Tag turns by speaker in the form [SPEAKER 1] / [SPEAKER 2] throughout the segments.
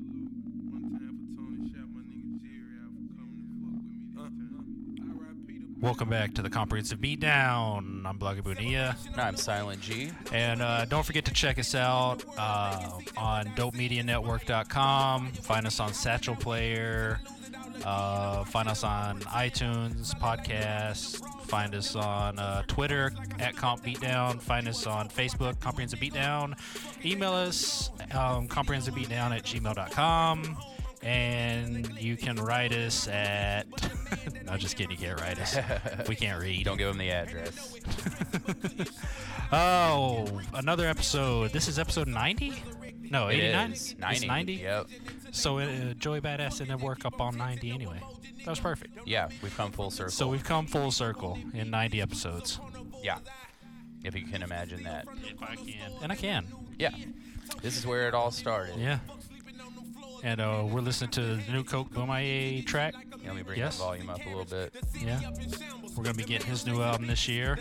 [SPEAKER 1] Uh,
[SPEAKER 2] Welcome back to the Comprehensive Beatdown. I'm Bloggy Bonilla.
[SPEAKER 3] I'm Silent G.
[SPEAKER 2] And uh, don't forget to check us out uh, on dopemedianetwork.com. Find us on Satchel Player. Uh, find us on iTunes, podcasts. Find us on uh, Twitter at Comp Beatdown. Find us on Facebook, Comprehensive Beatdown. Email us, um, comprehensivebeatdown at gmail.com. And you can write us at. no, just kidding. You can't write us. We can't read.
[SPEAKER 3] Don't give him the address.
[SPEAKER 2] Oh, another episode. This is episode 90? No, 89?
[SPEAKER 3] It is 90.
[SPEAKER 2] It's 90?
[SPEAKER 3] Yep.
[SPEAKER 2] So uh, Joey Badass ended work up on 90 anyway. That was perfect.
[SPEAKER 3] Yeah, we've come full circle.
[SPEAKER 2] So we've come full circle in 90 episodes.
[SPEAKER 3] yeah. If you can imagine that.
[SPEAKER 2] If I can. And I can.
[SPEAKER 3] Yeah. This is where it all started.
[SPEAKER 2] Yeah. And uh, we're listening to the new Coke Boom IA track.
[SPEAKER 3] Yeah, Let me bring
[SPEAKER 2] Yes.
[SPEAKER 3] the volume up a little bit.
[SPEAKER 2] Yeah. We're going to be getting his new album this year.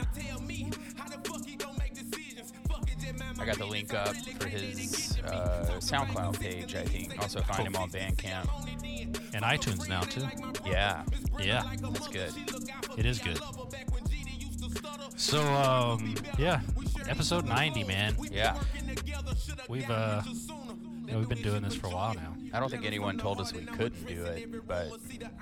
[SPEAKER 3] I got the link up for his uh, SoundCloud page, I think. Also find him on Bandcamp.
[SPEAKER 2] And iTunes now, too.
[SPEAKER 3] Yeah,
[SPEAKER 2] Yeah.
[SPEAKER 3] that's good.
[SPEAKER 2] It is good. So, um, yeah. Episode 90, man.
[SPEAKER 3] Yeah.
[SPEAKER 2] We've, uh, you know, we've been doing this for a while now.
[SPEAKER 3] I don't think anyone told us we couldn't do it, but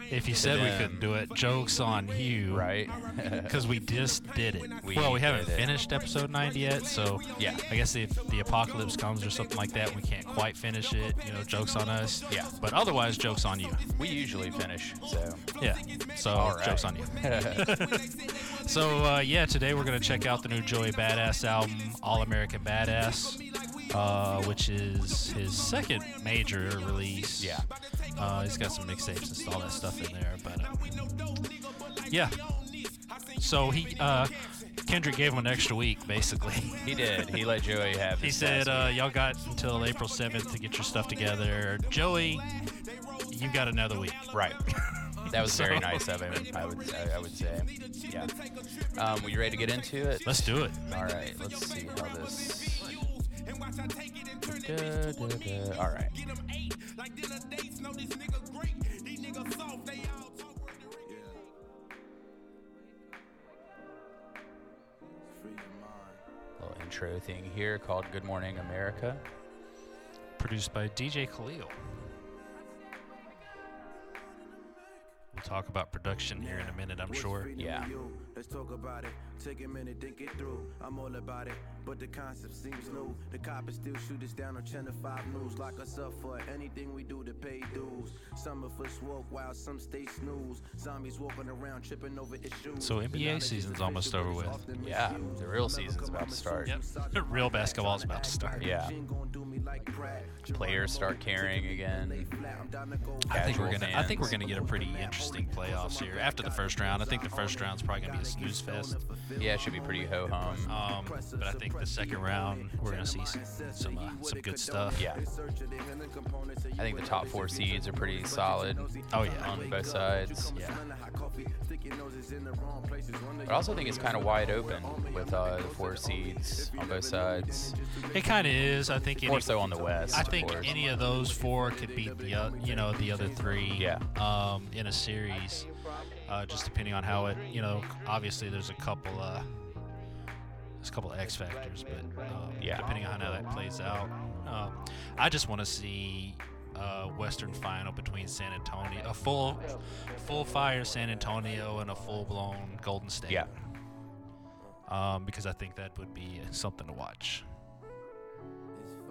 [SPEAKER 2] If you said we
[SPEAKER 3] them.
[SPEAKER 2] couldn't do it, jokes on you,
[SPEAKER 3] right?
[SPEAKER 2] Because we just did it.
[SPEAKER 3] We
[SPEAKER 2] well, we haven't
[SPEAKER 3] did it.
[SPEAKER 2] finished episode 90 yet, so
[SPEAKER 3] Yeah.
[SPEAKER 2] I guess if the apocalypse comes or something like that, we can't quite finish it. You know, jokes on us.
[SPEAKER 3] Yeah.
[SPEAKER 2] But otherwise, jokes on you.
[SPEAKER 3] we usually finish, so
[SPEAKER 2] Yeah. So
[SPEAKER 3] All right.
[SPEAKER 2] jokes on you. so uh, yeah, today we're gonna check out the new Joey Badass album, All American Badass, uh, which is his second major release.
[SPEAKER 3] Yeah.
[SPEAKER 2] Uh, he's got some mixtapes and all that stuff in there, but uh, yeah. So he uh, Kendrick gave him an extra week, basically.
[SPEAKER 3] he did. He let Joey have.
[SPEAKER 2] He
[SPEAKER 3] his
[SPEAKER 2] said, uh,
[SPEAKER 3] last
[SPEAKER 2] "Y'all got until April 7th to get your stuff together. Joey, you got another week."
[SPEAKER 3] week. right." That was very
[SPEAKER 2] So-
[SPEAKER 3] nice of him. I would, I would say, yeah. Um, were you ready to get into it?
[SPEAKER 2] Let's do it.
[SPEAKER 3] All right, let's see how this. Da-da-da. All right. Little intro thing here called "Good Morning America."
[SPEAKER 2] Produced by DJ Khalil. We'll talk about production here in a minute, I'm
[SPEAKER 4] What's
[SPEAKER 2] sure.
[SPEAKER 4] freedom to
[SPEAKER 3] Yeah.
[SPEAKER 4] you? Let's talk about it. Take a minute, think it through. I'm all about it, but the concept seems new. The cops still shoot us down on Channel 5 News. Lock us up for anything we do to pay dues. Some of us walk while some stay snooze. Zombies walking around, tripping over issues.
[SPEAKER 2] So NBA season's almost over with.
[SPEAKER 3] Yeah, the real season's about to start.
[SPEAKER 2] Yep. Real basketball's about to start.
[SPEAKER 3] Yeah. Players start caring again.
[SPEAKER 2] I think we're
[SPEAKER 3] Casual
[SPEAKER 2] gonna. I think we're
[SPEAKER 3] fans.
[SPEAKER 2] gonna get a pretty interesting playoffs here after the first round. I think the first round's probably gonna be a snooze fest.
[SPEAKER 3] Yeah, it should be pretty ho hum.
[SPEAKER 2] Um, but I think the second round we're gonna see some some, uh, some good stuff.
[SPEAKER 3] Yeah. I think the top four seeds are pretty solid.
[SPEAKER 2] Oh, yeah.
[SPEAKER 3] On both sides.
[SPEAKER 2] Yeah.
[SPEAKER 3] But I also think it's kind of wide open with uh, the four seeds on both sides.
[SPEAKER 2] It kind of is. I think.
[SPEAKER 3] More
[SPEAKER 2] Any,
[SPEAKER 3] so on the West.
[SPEAKER 2] I
[SPEAKER 3] of
[SPEAKER 2] think
[SPEAKER 3] course.
[SPEAKER 2] any of those four could beat the uh, you know the other three.
[SPEAKER 3] Yeah.
[SPEAKER 2] Um, in a series, uh, just depending on how it you know obviously there's a couple uh there's a couple X factors, but um,
[SPEAKER 3] Yeah.
[SPEAKER 2] depending on how that plays out, um, I just want to see. Uh, Western final between San Antonio, a full, full fire San Antonio and a full blown Golden State.
[SPEAKER 3] Yeah.
[SPEAKER 2] Um, because I think that would be something to watch.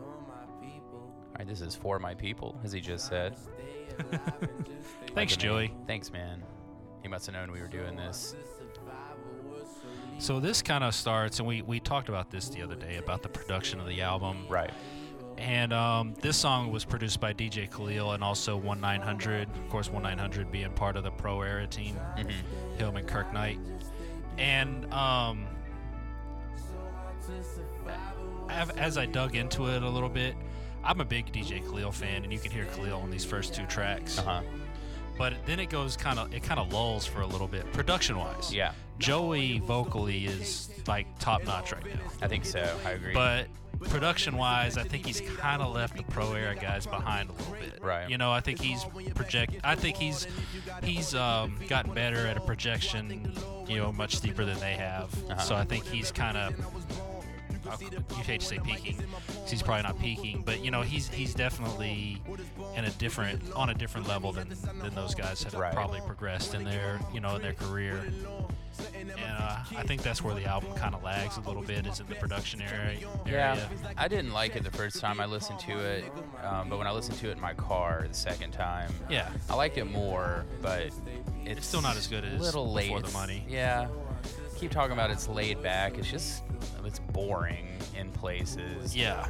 [SPEAKER 3] All right, this is for my people, as he just said.
[SPEAKER 2] Thanks,
[SPEAKER 3] Good man.
[SPEAKER 2] Joey.
[SPEAKER 3] Thanks, man. He must have known we were doing this.
[SPEAKER 2] So this kind of starts, and we, we talked about this the other day about the production of the album.
[SPEAKER 3] Right.
[SPEAKER 2] And um, this song was produced by DJ Khalil and also 1900. Of course, 1900 being part of the Pro Era team,
[SPEAKER 3] Mm-hmm.
[SPEAKER 2] him and Kirk Knight. And um, av- as I dug into it a little bit, I'm a big DJ Khalil fan, and you can hear Khalil on these first two tracks.
[SPEAKER 3] Uh huh.
[SPEAKER 2] But then it goes kind of it kind of lulls for a little bit, production wise.
[SPEAKER 3] Yeah,
[SPEAKER 2] Joey vocally is like top notch right now.
[SPEAKER 3] I think so. I agree.
[SPEAKER 2] But production wise, I think he's kind of left the pro era guys behind a little bit.
[SPEAKER 3] Right.
[SPEAKER 2] You know, I think he's project. I think he's he's um, gotten better at a projection you know, much deeper than they have.
[SPEAKER 3] Uh-huh.
[SPEAKER 2] So I think he's kind of. You hate to say peaking, 'cause he's probably not peaking, but you know he's he's definitely in a different on a different level than than those guys have
[SPEAKER 3] Right.
[SPEAKER 2] probably progressed in their you know in their career. And uh, I think that's where the album kind of lags a little bit is in the production area.
[SPEAKER 3] Yeah,
[SPEAKER 2] area.
[SPEAKER 3] I didn't like it the first time I listened to it, um, but when I listened to it in my car the second time,
[SPEAKER 2] Yeah.
[SPEAKER 3] I liked it more, but it's,
[SPEAKER 2] still not as good as
[SPEAKER 3] little late.
[SPEAKER 2] Before the
[SPEAKER 3] It's-
[SPEAKER 2] Money.
[SPEAKER 3] Yeah, keep talking about it's laid back. It's just it's boring in places.
[SPEAKER 2] Yeah.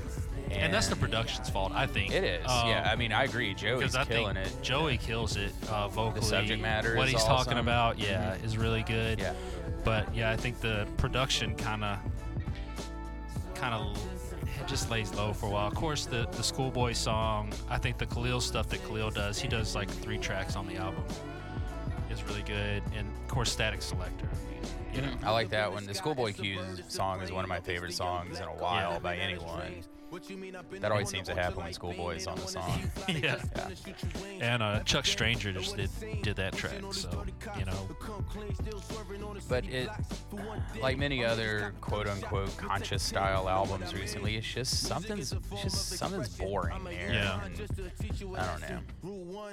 [SPEAKER 2] And, that's the production's fault, I think. Um,
[SPEAKER 3] It is. yeah, I mean, I agree. Joey's
[SPEAKER 2] because I
[SPEAKER 3] killing
[SPEAKER 2] think
[SPEAKER 3] it.
[SPEAKER 2] Joey kills it uh, vocally.
[SPEAKER 3] subject matter
[SPEAKER 2] what
[SPEAKER 3] is
[SPEAKER 2] he's talking
[SPEAKER 3] awesome. Mm-hmm.
[SPEAKER 2] about, yeah, is really good.
[SPEAKER 3] Yeah.
[SPEAKER 2] But yeah, I think the production kind of, kind of, just lays low for a while. Of course, the the Schoolboy song. I think the Khalil stuff that Khalil does. He does like three tracks on the album. It's really good, and of course, Static Selector. You know,
[SPEAKER 3] I like that one. The Schoolboy Q's song is one of my favorite songs in a while by anyone. That always seems to happen when Schoolboy is on the song.
[SPEAKER 2] yeah.
[SPEAKER 3] Yeah.
[SPEAKER 2] And uh, Chuck Stranger just did did that track, so you know,
[SPEAKER 3] But it, like many other quote unquote conscious style albums recently, it's just something's it's just something's boring there.
[SPEAKER 2] Yeah.
[SPEAKER 3] And I don't know.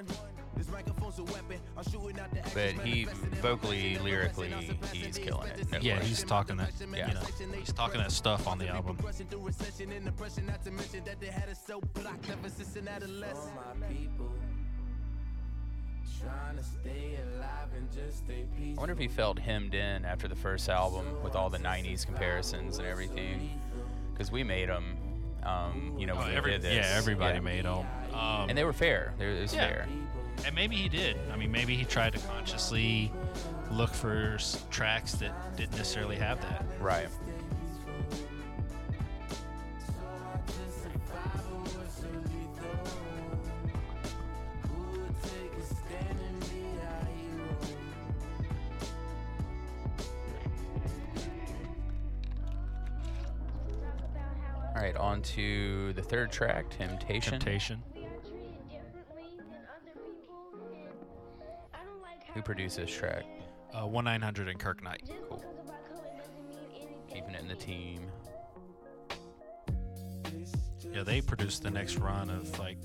[SPEAKER 3] But he vocally, lyrically, he's killing it. No
[SPEAKER 2] yeah,
[SPEAKER 3] question.
[SPEAKER 2] he's talking that,
[SPEAKER 3] Yeah.
[SPEAKER 2] you know, he's talking that stuff on the album.
[SPEAKER 4] For my people, trying to stay alive and just stay
[SPEAKER 3] I wonder if he felt hemmed in after the first album with all the '90s comparisons and everything, because we made them. Um, you know, when
[SPEAKER 2] Oh,
[SPEAKER 3] we
[SPEAKER 2] every-
[SPEAKER 3] did this.
[SPEAKER 2] Yeah, everybody
[SPEAKER 3] Yeah.
[SPEAKER 2] made them. Um,
[SPEAKER 3] And
[SPEAKER 2] and,
[SPEAKER 3] they were fair. They were, it was
[SPEAKER 2] Yeah.
[SPEAKER 3] fair.
[SPEAKER 2] maybe he did. I mean, maybe he tried to consciously look for s- tracks that didn't necessarily have that.
[SPEAKER 3] Right. All right, on to the third track, Temptation.
[SPEAKER 2] Temptation.
[SPEAKER 3] Who produced this track?
[SPEAKER 2] Uh, one nine hundred and Kirk Knight.
[SPEAKER 3] Cool. Keeping it in the team.
[SPEAKER 2] Yeah, they produced the next run of like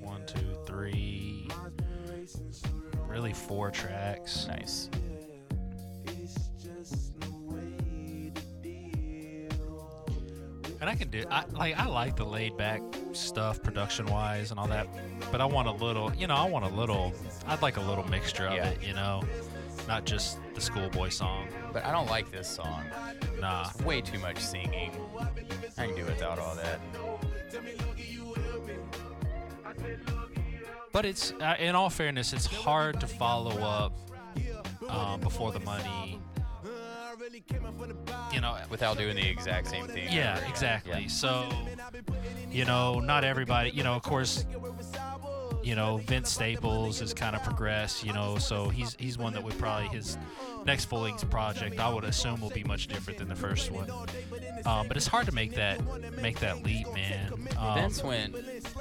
[SPEAKER 2] one, two, three, really four tracks.
[SPEAKER 3] Nice.
[SPEAKER 2] And I can do I like I like the laid back stuff production wise and all that, but I want a little you know, I want a little I'd like a little mixture of
[SPEAKER 3] Yeah.
[SPEAKER 2] it, you know. Not just the schoolboy song.
[SPEAKER 3] But I don't like this song.
[SPEAKER 2] Nah.
[SPEAKER 3] Way too much singing. I can do without all that.
[SPEAKER 2] But it's uh, in all fairness, it's hard to follow up um, before the money. You know,
[SPEAKER 3] Without doing the exact same thing.
[SPEAKER 2] Yeah,
[SPEAKER 3] over again.
[SPEAKER 2] exactly.
[SPEAKER 3] Yeah.
[SPEAKER 2] So, you know, not everybody, you know, of course, you know, Vince Staples has kind of progressed, you know, so he's he's one that would probably his next full length project I would assume will be much different than the first one. Um, but it's hard to make that make that leap, man. Um,
[SPEAKER 3] Vince went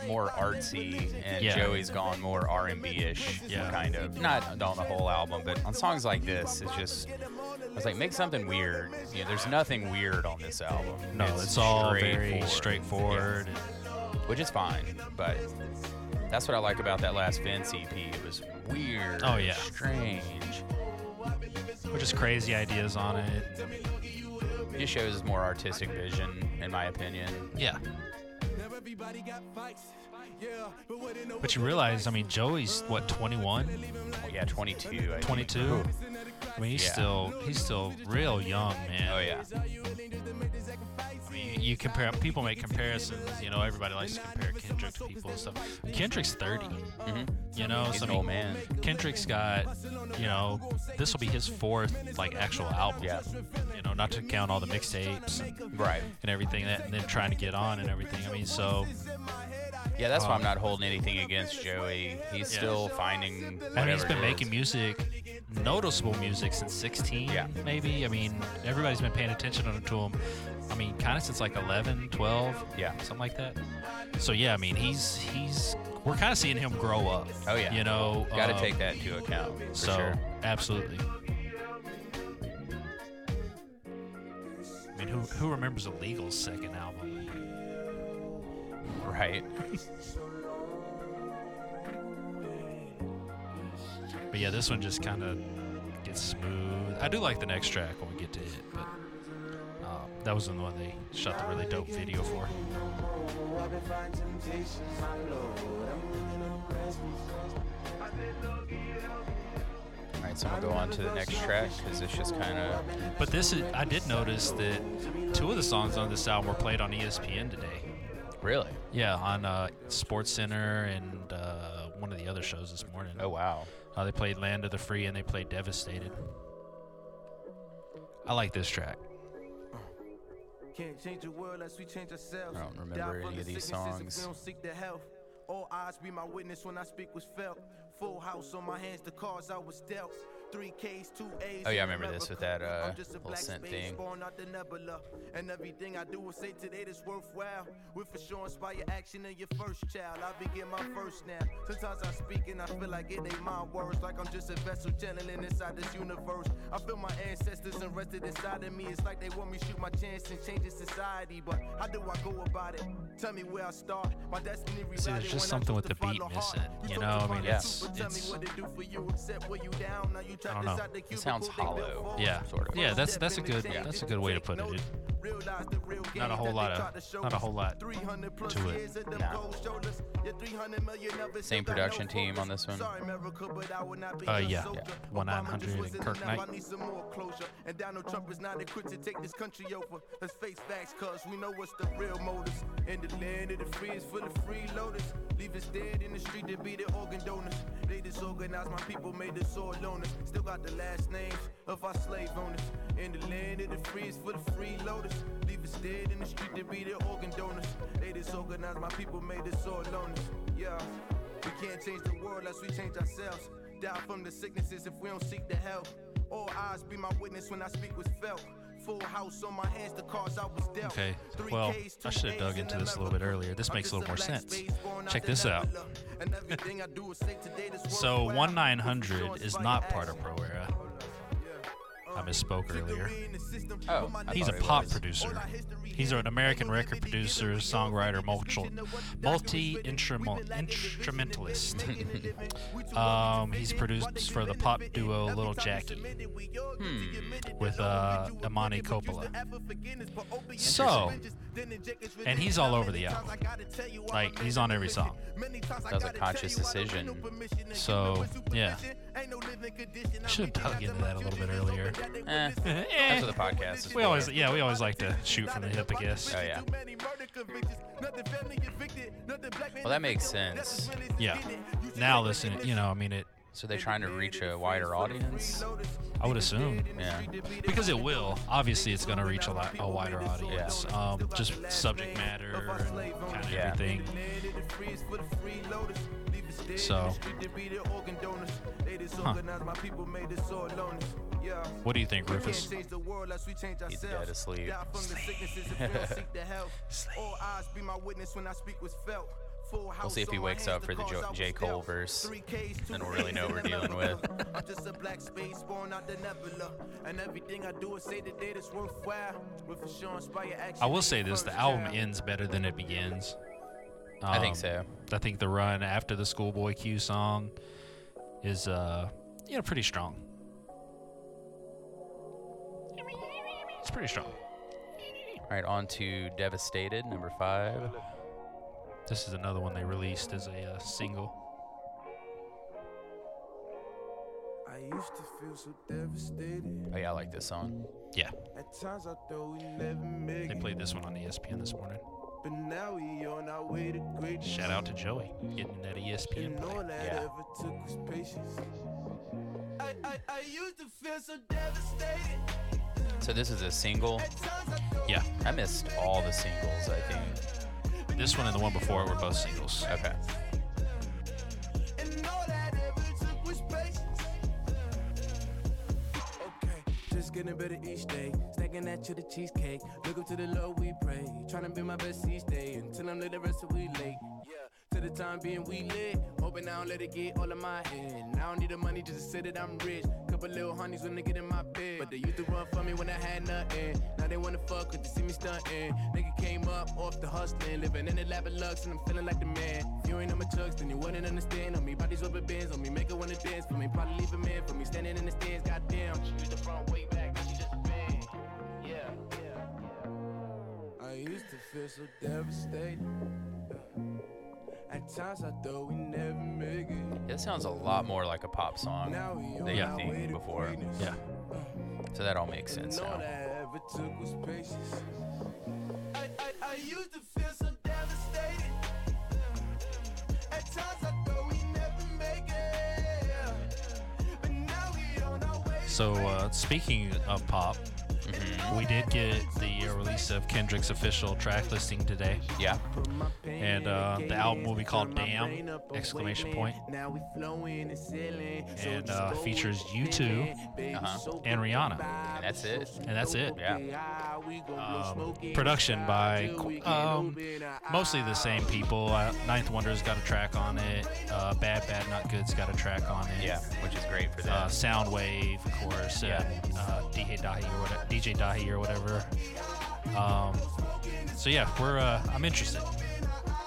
[SPEAKER 3] more artsy, and
[SPEAKER 2] Yeah.
[SPEAKER 3] Joey's gone more R&B-ish,
[SPEAKER 2] Yeah.
[SPEAKER 3] kind of. Not on the whole album, but on songs like this, it's just. I was like, make something weird. You know, there's nothing weird on this album.
[SPEAKER 2] no, it's, all very straightforward.
[SPEAKER 3] Yeah, which is fine, but that's what I like about that last Vince EP. It was weird.
[SPEAKER 2] Oh, yeah.
[SPEAKER 3] strange.
[SPEAKER 2] and- which is crazy ideas on it.
[SPEAKER 3] Just shows his more artistic vision, in my opinion.
[SPEAKER 2] Yeah. But you realize, I mean, Joey's what 21,
[SPEAKER 3] Yeah, 22. I
[SPEAKER 2] 22.
[SPEAKER 3] Think.
[SPEAKER 2] I mean, he's
[SPEAKER 3] Yeah.
[SPEAKER 2] still he's still real young, man.
[SPEAKER 3] Oh yeah.
[SPEAKER 2] I mean, you, you compare people make comparisons. You know, everybody likes to compare Kendrick to people and stuff. Kendrick's 30.
[SPEAKER 3] hmm
[SPEAKER 2] You know,
[SPEAKER 3] He's
[SPEAKER 2] so
[SPEAKER 3] an
[SPEAKER 2] I mean,
[SPEAKER 3] old man.
[SPEAKER 2] Kendrick's got, you know, this will be his fourth like actual album.
[SPEAKER 3] Yeah.
[SPEAKER 2] You know, not to count all the mixtapes and,
[SPEAKER 3] Right.
[SPEAKER 2] and everything that, and then trying to get on and everything. I mean, so
[SPEAKER 3] Yeah, that's why I'm
[SPEAKER 2] Um,
[SPEAKER 3] not holding anything against Joey. He's
[SPEAKER 2] Yeah.
[SPEAKER 3] still finding.
[SPEAKER 2] I mean,
[SPEAKER 3] whatever
[SPEAKER 2] he's been
[SPEAKER 3] it
[SPEAKER 2] making
[SPEAKER 3] is.
[SPEAKER 2] music, noticeable music since 16,
[SPEAKER 3] Yeah.
[SPEAKER 2] maybe. I mean, everybody's been paying attention to him. I mean, kind of since like 11, 12,
[SPEAKER 3] Yeah.
[SPEAKER 2] something like that. So yeah, I mean, he's he's we're kind of seeing him grow up.
[SPEAKER 3] Oh, yeah.
[SPEAKER 2] you know,
[SPEAKER 3] Got to
[SPEAKER 2] um,
[SPEAKER 3] take that into account. For
[SPEAKER 2] So
[SPEAKER 3] Sure.
[SPEAKER 2] absolutely. mean, who who remembers Illegal's second album?
[SPEAKER 3] right?
[SPEAKER 2] But yeah, this one just kind of gets smooth. I do like the next track when we get to it, but uh, that was the one they shot the really dope video for.
[SPEAKER 3] All right, so we'll go on to the next track because it's just kind of
[SPEAKER 2] But this is, I did notice that two of the songs on this album were played on E ESPN today.
[SPEAKER 3] really.
[SPEAKER 2] Yeah, on uh, Sports Center and uh, one of the other shows this morning.
[SPEAKER 3] Oh wow.
[SPEAKER 2] Uh, they played Land of the Free and they played Devastated. I like this track.
[SPEAKER 4] Can't change the world unless we change ourselves.
[SPEAKER 3] I don't remember
[SPEAKER 4] for
[SPEAKER 3] any
[SPEAKER 4] the
[SPEAKER 3] of these
[SPEAKER 4] sicknesses if we
[SPEAKER 3] songs.
[SPEAKER 4] don't seek the health. All eyes be my witness when I speak was felt. Full house on my hands, the cards I was dealt. Three K's, two A's.
[SPEAKER 3] Oh, yeah, I remember this with that,
[SPEAKER 4] I'm
[SPEAKER 3] uh,
[SPEAKER 4] just a
[SPEAKER 3] little
[SPEAKER 4] black
[SPEAKER 3] synth
[SPEAKER 4] space
[SPEAKER 3] thing.
[SPEAKER 4] born out the nebula. And everything I do will say today that's worthwhile. With assurance by your action and your first child. I begin my first now. Sometimes I speak and I feel like it ain't my words. Like I'm just a vessel channeling inside this universe. I feel my ancestors invested inside of me. It's like they want me to shoot my chance and change society. But how do I go about it? Tell me where I start. My destiny
[SPEAKER 2] See, there's just something with the beat missing. You know, I mean,
[SPEAKER 3] Yes.
[SPEAKER 2] it's, it's
[SPEAKER 4] I
[SPEAKER 2] don't know.
[SPEAKER 3] It sounds hollow.
[SPEAKER 2] yeah,
[SPEAKER 3] Sort of.
[SPEAKER 2] yeah. That's that's a good that's a good way to put it. It-
[SPEAKER 4] Not a whole lot of, not a whole lot
[SPEAKER 2] to
[SPEAKER 4] to
[SPEAKER 2] it.
[SPEAKER 4] it.
[SPEAKER 3] Nah. Same production team on this one?
[SPEAKER 4] Uh,
[SPEAKER 2] yeah.
[SPEAKER 4] yeah.
[SPEAKER 2] Yeah. 1-900 and Kirk Knight.
[SPEAKER 4] need some more closure. And Donald Trump is not equipped to take this country over. Let's face facts, cause we know what's the real motives. In the land of the free is full of freeloaders. Leave us dead in the street to be the organ donors. They disorganized my people, made us all loners. Still got the last names of our slave owners. In the land of the free is full of freeloaders. Leave us dead in the street to be the organ donors. They disorganized my people, made us all loners. Yeah, we can't change the world unless we change ourselves. Die from the sicknesses if we don't seek the help. All eyes be my witness when I speak was felt. Full house on my hands, the cards I was dealt.
[SPEAKER 2] Okay,
[SPEAKER 4] Three
[SPEAKER 2] well,
[SPEAKER 4] Ks, two
[SPEAKER 2] I should have
[SPEAKER 4] As
[SPEAKER 2] dug
[SPEAKER 4] in
[SPEAKER 2] into this a
[SPEAKER 4] America.
[SPEAKER 2] little bit earlier. This
[SPEAKER 4] I'm
[SPEAKER 2] makes a
[SPEAKER 4] just
[SPEAKER 2] little more
[SPEAKER 4] black
[SPEAKER 2] sense.
[SPEAKER 4] space born out
[SPEAKER 2] Check
[SPEAKER 4] the
[SPEAKER 2] this out.
[SPEAKER 4] nebula. And everything I do is say today that's
[SPEAKER 2] So
[SPEAKER 4] worthwhile.
[SPEAKER 2] 1-900 is
[SPEAKER 4] Insurance
[SPEAKER 2] not
[SPEAKER 4] by
[SPEAKER 2] part of
[SPEAKER 4] action.
[SPEAKER 2] Pro Era. I misspoke earlier.
[SPEAKER 4] Victory in Uh, the system,
[SPEAKER 3] Oh,
[SPEAKER 4] but my
[SPEAKER 3] I
[SPEAKER 2] He's a
[SPEAKER 3] thought it
[SPEAKER 2] pop
[SPEAKER 3] was.
[SPEAKER 2] producer. He's an American record producer, songwriter, multi instrumentalist. um, he's produced for the pop duo Little Jackie
[SPEAKER 3] Hmm.
[SPEAKER 2] with uh, Imani Coppola. So, and he's all over the album. Like, he's on every song.
[SPEAKER 3] That was a conscious decision.
[SPEAKER 2] So, yeah. Should have dug into that a little bit earlier.
[SPEAKER 3] Eh, that's what the podcast is.
[SPEAKER 2] We
[SPEAKER 3] for.
[SPEAKER 2] always, yeah, we always like to shoot from the hip, I guess.
[SPEAKER 3] Oh yeah. Well, that makes sense.
[SPEAKER 2] Yeah. Now listen, you know, I mean, it.
[SPEAKER 3] So they're trying to reach a wider audience.
[SPEAKER 2] I would assume
[SPEAKER 3] Yeah.
[SPEAKER 2] because it will. Obviously, it's going to reach a lot a wider audience. Um, just subject matter, and kind of
[SPEAKER 3] Yeah.
[SPEAKER 2] everything. So, huh. What do you think, Rufus?
[SPEAKER 3] He's dead asleep.
[SPEAKER 4] We'll see if he wakes up for the Jo- J. Cole verse. Then we'll really know we're dealing with. I'm just a black space born out the nebula. And everything I do is say the day that's worthwhile. With assurance by your action.
[SPEAKER 2] I will say this: the album ends better than it begins.
[SPEAKER 3] I think
[SPEAKER 2] Um,
[SPEAKER 3] so.
[SPEAKER 2] I think the run after the Schoolboy Q song is, uh, you know, pretty strong. It's pretty strong.
[SPEAKER 3] All right, on to Devastated, number five.
[SPEAKER 2] This is another one they released as a uh, single.
[SPEAKER 4] I used to feel so devastated.
[SPEAKER 3] Oh yeah, I like this song.
[SPEAKER 2] Yeah,
[SPEAKER 4] At times I thought we never make
[SPEAKER 2] they
[SPEAKER 4] it.
[SPEAKER 2] played this one on E ESPN this morning.
[SPEAKER 4] But now we on our way to greatness.
[SPEAKER 2] Shout out to Joey getting that E ESPN
[SPEAKER 4] And all
[SPEAKER 2] play.
[SPEAKER 4] that
[SPEAKER 3] Yeah.
[SPEAKER 4] ever took was patience. I, I, I used to feel so devastated.
[SPEAKER 3] So this is a single.
[SPEAKER 2] Yeah,
[SPEAKER 3] I missed all the singles. I think.
[SPEAKER 2] this one and the one before it were both singles.
[SPEAKER 3] Okay.
[SPEAKER 4] And all that ever took was patience. Okay, just getting better each day. Stacking that to the cheesecake. Look up to the Lord we pray. Trying to be my best each day. Until I'm the rest of we late. Yeah,
[SPEAKER 5] to the time being we lit. Hoping I don't let it get all in my head. I don't need the money just to say that I'm rich. Couple little honeys when they get in my bed. But they used to run for me when I had nothing. Now they wanna fuck with to see me stunting. Nigga came up off the hustling. Living in the lab of lux and I'm feeling like the man. If you ain't on my chucks, then you wouldn't understand. On me, bodies rubber bands. On me, make her wanna dance. For me, probably leave a man. For me, standing in the stands, goddamn. She used the front way back, now she just a fan. Yeah, yeah. I used to feel so devastated. At times I thought we never make it.
[SPEAKER 3] It sounds a lot more like a pop song
[SPEAKER 5] Now we
[SPEAKER 3] than
[SPEAKER 5] on
[SPEAKER 3] you
[SPEAKER 5] our way
[SPEAKER 3] think
[SPEAKER 5] to
[SPEAKER 3] before.
[SPEAKER 5] greatness.
[SPEAKER 2] Yeah.
[SPEAKER 3] So that all makes sense
[SPEAKER 5] And all
[SPEAKER 3] now.
[SPEAKER 5] I ever took was patience. I, I, I used to feel so devastated. At times I thought we never make it. But now we on our way to
[SPEAKER 2] So uh, speaking of pop,
[SPEAKER 3] Mm-hmm.
[SPEAKER 2] we did get the uh, release of Kendrick's official track listing today.
[SPEAKER 3] Yeah.
[SPEAKER 2] and uh, the album will be called Damn! Exclamation point. And uh, features you 2
[SPEAKER 3] Uh-huh.
[SPEAKER 2] and Rihanna,
[SPEAKER 3] And that's it.
[SPEAKER 2] and that's it.
[SPEAKER 3] Yeah.
[SPEAKER 2] Um, production by qu- um, mostly
[SPEAKER 4] Ah,
[SPEAKER 2] the same people. Uh, Ninth Wonder's got a track on it. Uh, Bad Bad Not Good's got a track on it.
[SPEAKER 3] Yeah. Which is great for
[SPEAKER 2] Uh,
[SPEAKER 3] them.
[SPEAKER 2] Soundwave, of course.
[SPEAKER 3] Yeah.
[SPEAKER 2] And, uh, DJ Dahi or whatever. DJ Dahi or whatever. Um, so yeah, we're. Uh, I'm interested.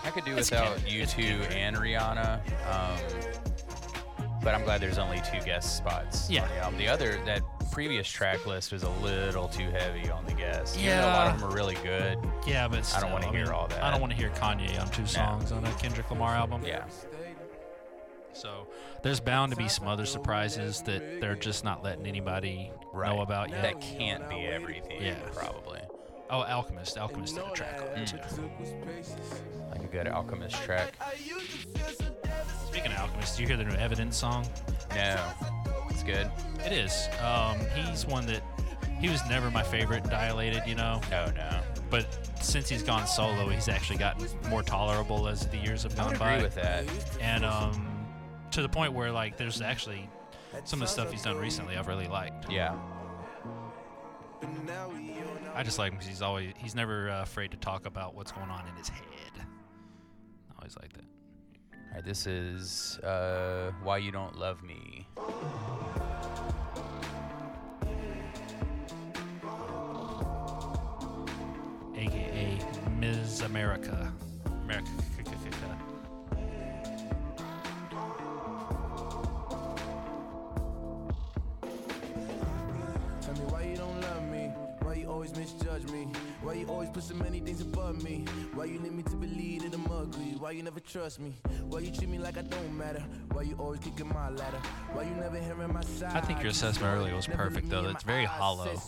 [SPEAKER 3] I could do
[SPEAKER 2] it's
[SPEAKER 3] without
[SPEAKER 2] Kendrick.
[SPEAKER 3] you
[SPEAKER 2] It's
[SPEAKER 3] two
[SPEAKER 2] Kendrick.
[SPEAKER 3] and Rihanna. Um, but I'm glad there's only two guest spots.
[SPEAKER 2] Yeah.
[SPEAKER 3] On the, album. the other that previous track list was a little too heavy on the guests. Even though a lot
[SPEAKER 2] Yeah.
[SPEAKER 3] of them are really good.
[SPEAKER 2] Yeah, but still,
[SPEAKER 3] wanna hear
[SPEAKER 2] mean,
[SPEAKER 3] all that.
[SPEAKER 2] I don't want to hear Kanye on two songs on a Kendrick Lamar album.
[SPEAKER 3] Yeah.
[SPEAKER 2] So there's bound to be some other surprises that they're just not letting anybody
[SPEAKER 3] Right.
[SPEAKER 2] know about yet.
[SPEAKER 3] That can't be everything.
[SPEAKER 2] Yeah.
[SPEAKER 3] Probably.
[SPEAKER 2] Oh, Alchemist. Alchemist did a track on it too.
[SPEAKER 3] Like a good Alchemist track.
[SPEAKER 2] Speaking of Alchemist, do you hear the new Evidence song?
[SPEAKER 3] No. It's good.
[SPEAKER 2] It is. Um, he's one that he was never my favorite in Dilated, you know.
[SPEAKER 3] No, no.
[SPEAKER 2] But since he's gone solo, he's actually gotten more tolerable as the years have
[SPEAKER 3] I would
[SPEAKER 2] gone by.
[SPEAKER 3] agree with that.
[SPEAKER 2] And um, to the point where like there's actually some of the stuff he's done recently I've really liked.
[SPEAKER 3] Yeah.
[SPEAKER 2] I just like him because he's always he's never uh, afraid to talk about what's going on in his head. I always like that.
[SPEAKER 3] All right, this is uh, Why You Don't Love Me.
[SPEAKER 2] AKA Ms. America. America.
[SPEAKER 5] Tell me why you don't love me. Why you always misjudge me? Why you always put so many things above me? Why you need me to believe that I'm ugly? Why you never trust me? Why you treat me like I don't matter? Why you always kicking my ladder? Why you never hearing my side?
[SPEAKER 2] I think your assessment earlier was perfect though. It's very hollow.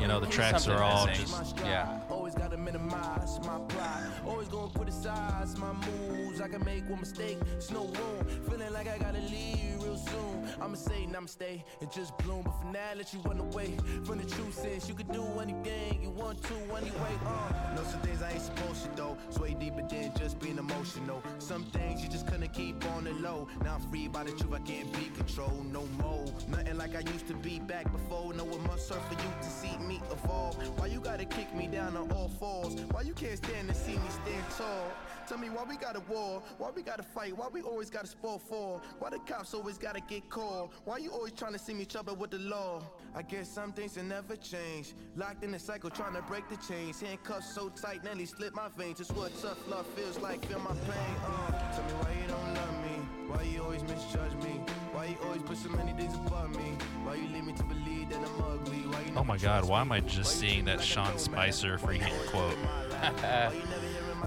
[SPEAKER 2] You know, the tracks
[SPEAKER 3] Something
[SPEAKER 2] are all
[SPEAKER 3] missing.
[SPEAKER 2] just
[SPEAKER 3] Yeah.
[SPEAKER 5] Always gotta minimize my pride. Always gonna criticize my moves. I can make one mistake, it's no room. Feeling like I gotta leave real soon. I'ma say namaste and just bloom. But for now, let you run away from the truth. Since you could do anything you want to anyway. Uh.
[SPEAKER 4] Know some things I ain't supposed to though. Sway deeper than just being emotional. Some things you just couldn't keep on the low. Now I'm free by the truth, I can't be controlled no more. Nothing like I used to be back before. No it must serve for you to see me evolve. Why you gotta kick me down on all fours? Why you can't stand to see me stand tall? Tell me why we got a war, why we gotta fight, why we always gotta spoil for, why the cops always gotta get called, why you always trying to see me trouble with the law.
[SPEAKER 5] I guess some things will never change. Locked in a cycle, trying to break the chains. Handcuffs so tight, nearly slit my veins. It's what tough love feels like. Feel my pain. Uh, tell me why you don't love me. Why you always misjudge me? Why you always put so many things above me? Why you lead me to believe that I'm ugly? Why you
[SPEAKER 2] Oh my god, why am I just seeing that Sean Spicer freaking quote?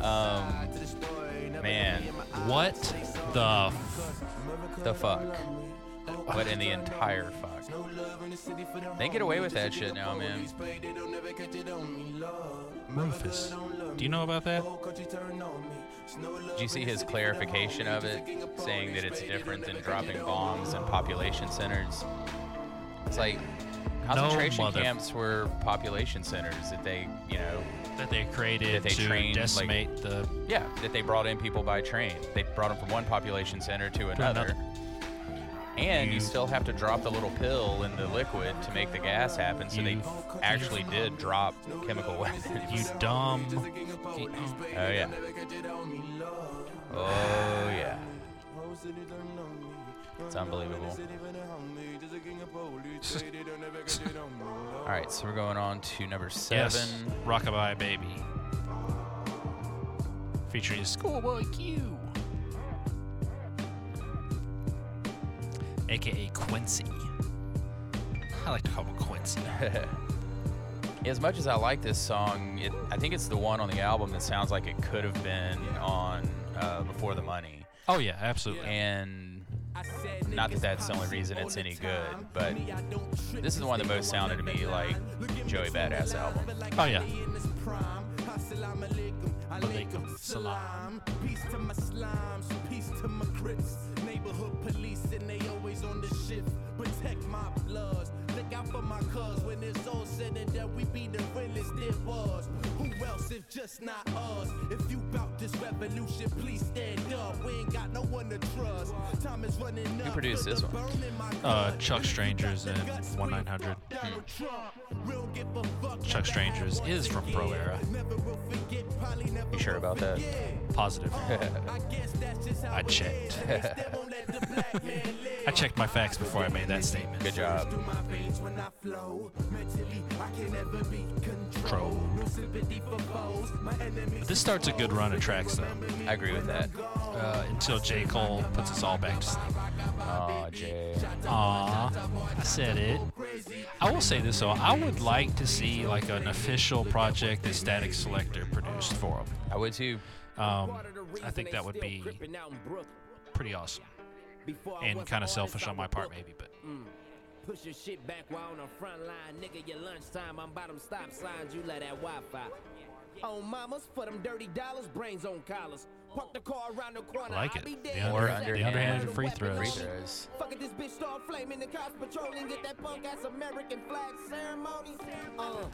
[SPEAKER 3] Um, man,
[SPEAKER 2] What the f-
[SPEAKER 3] the fuck? But in the entire fuck. They get away with that shit now, man.
[SPEAKER 2] Rufus? Do you know about that?
[SPEAKER 3] Did you see his clarification of it, saying that it's different than dropping bombs in population centers? It's like concentration
[SPEAKER 2] mother-
[SPEAKER 3] camps were population centers that they, you know,
[SPEAKER 2] That they created
[SPEAKER 3] That they
[SPEAKER 2] to
[SPEAKER 3] trained, like-
[SPEAKER 2] decimate the
[SPEAKER 3] yeah, that they brought in people by train. They brought them from one population center to another.
[SPEAKER 2] another.
[SPEAKER 3] And
[SPEAKER 2] You-
[SPEAKER 3] you still have to drop the little pill in the liquid to make the gas happen. So they
[SPEAKER 2] You-
[SPEAKER 3] actually did drop chemical weapons.
[SPEAKER 2] you dumb.
[SPEAKER 3] Oh yeah. Oh unbelievable. All right, so we're going on to number seven.
[SPEAKER 2] Yes, Rockabye Baby. Featuring Schoolboy Q. AKA Quincy. I like to call him Quincy.
[SPEAKER 3] As much as I like this song, it, I think it's the one on the album that sounds like it could have been on uh, Before the Money.
[SPEAKER 2] Oh, yeah, absolutely.
[SPEAKER 3] And not that that's the only reason it's any good, but this is the one that most sounded to me like Joey Badass album.
[SPEAKER 2] Oh, yeah.
[SPEAKER 1] Alaikum salam. Peace to my slimes, peace to my crips. Neighborhood police and they always on the shift. Protect my bloods, look out for my cuz. When it's all said and done, we be the realest it was. Who else if just not us? If you bout this revolution, please stand up. We ain't got no one to trust. Time is running up.
[SPEAKER 3] Who produced
[SPEAKER 1] feel
[SPEAKER 3] this
[SPEAKER 1] the
[SPEAKER 3] one? Oh.
[SPEAKER 1] burn in my
[SPEAKER 2] Uh,
[SPEAKER 1] gut.
[SPEAKER 2] Chuck Strangers and
[SPEAKER 1] Guts,
[SPEAKER 2] 1
[SPEAKER 1] we
[SPEAKER 2] 900.
[SPEAKER 1] fucked Donald Trump. We'll give a fuck
[SPEAKER 2] Chuck Strangers is from Pro Era.
[SPEAKER 3] You sure about that?
[SPEAKER 2] Positive. I checked. I checked my facts before I made that statement.
[SPEAKER 3] Good job.
[SPEAKER 2] Troll. This starts a good run of tracks, though,
[SPEAKER 3] I agree with that.
[SPEAKER 2] uh, until J. Cole puts us all back to sleep.
[SPEAKER 3] Oh, Jay.
[SPEAKER 2] Aw, I said it. I will say this though, I would like to see like an official project that Static Selector produced for
[SPEAKER 3] I would too.
[SPEAKER 2] him. Um, I think that would be pretty awesome
[SPEAKER 5] Oh,
[SPEAKER 2] and kind of selfish on my part, maybe. But
[SPEAKER 6] Push your shit back while on the front line, nigga. Your lunchtime, I'm bottom stop signs. You let that Wi-Fi. On mamas for them dirty dollars, brains on collars. Park the car around the corner.
[SPEAKER 2] I like
[SPEAKER 6] I'll
[SPEAKER 2] it.
[SPEAKER 6] be
[SPEAKER 2] The,
[SPEAKER 6] damned.
[SPEAKER 2] under- the
[SPEAKER 3] underhand.
[SPEAKER 2] underhanded free
[SPEAKER 3] Free
[SPEAKER 2] throws.
[SPEAKER 3] throws.
[SPEAKER 6] Fuck it, this bitch start flaming. The cops patrolling. Get that punk ass American flag ceremony. Uh,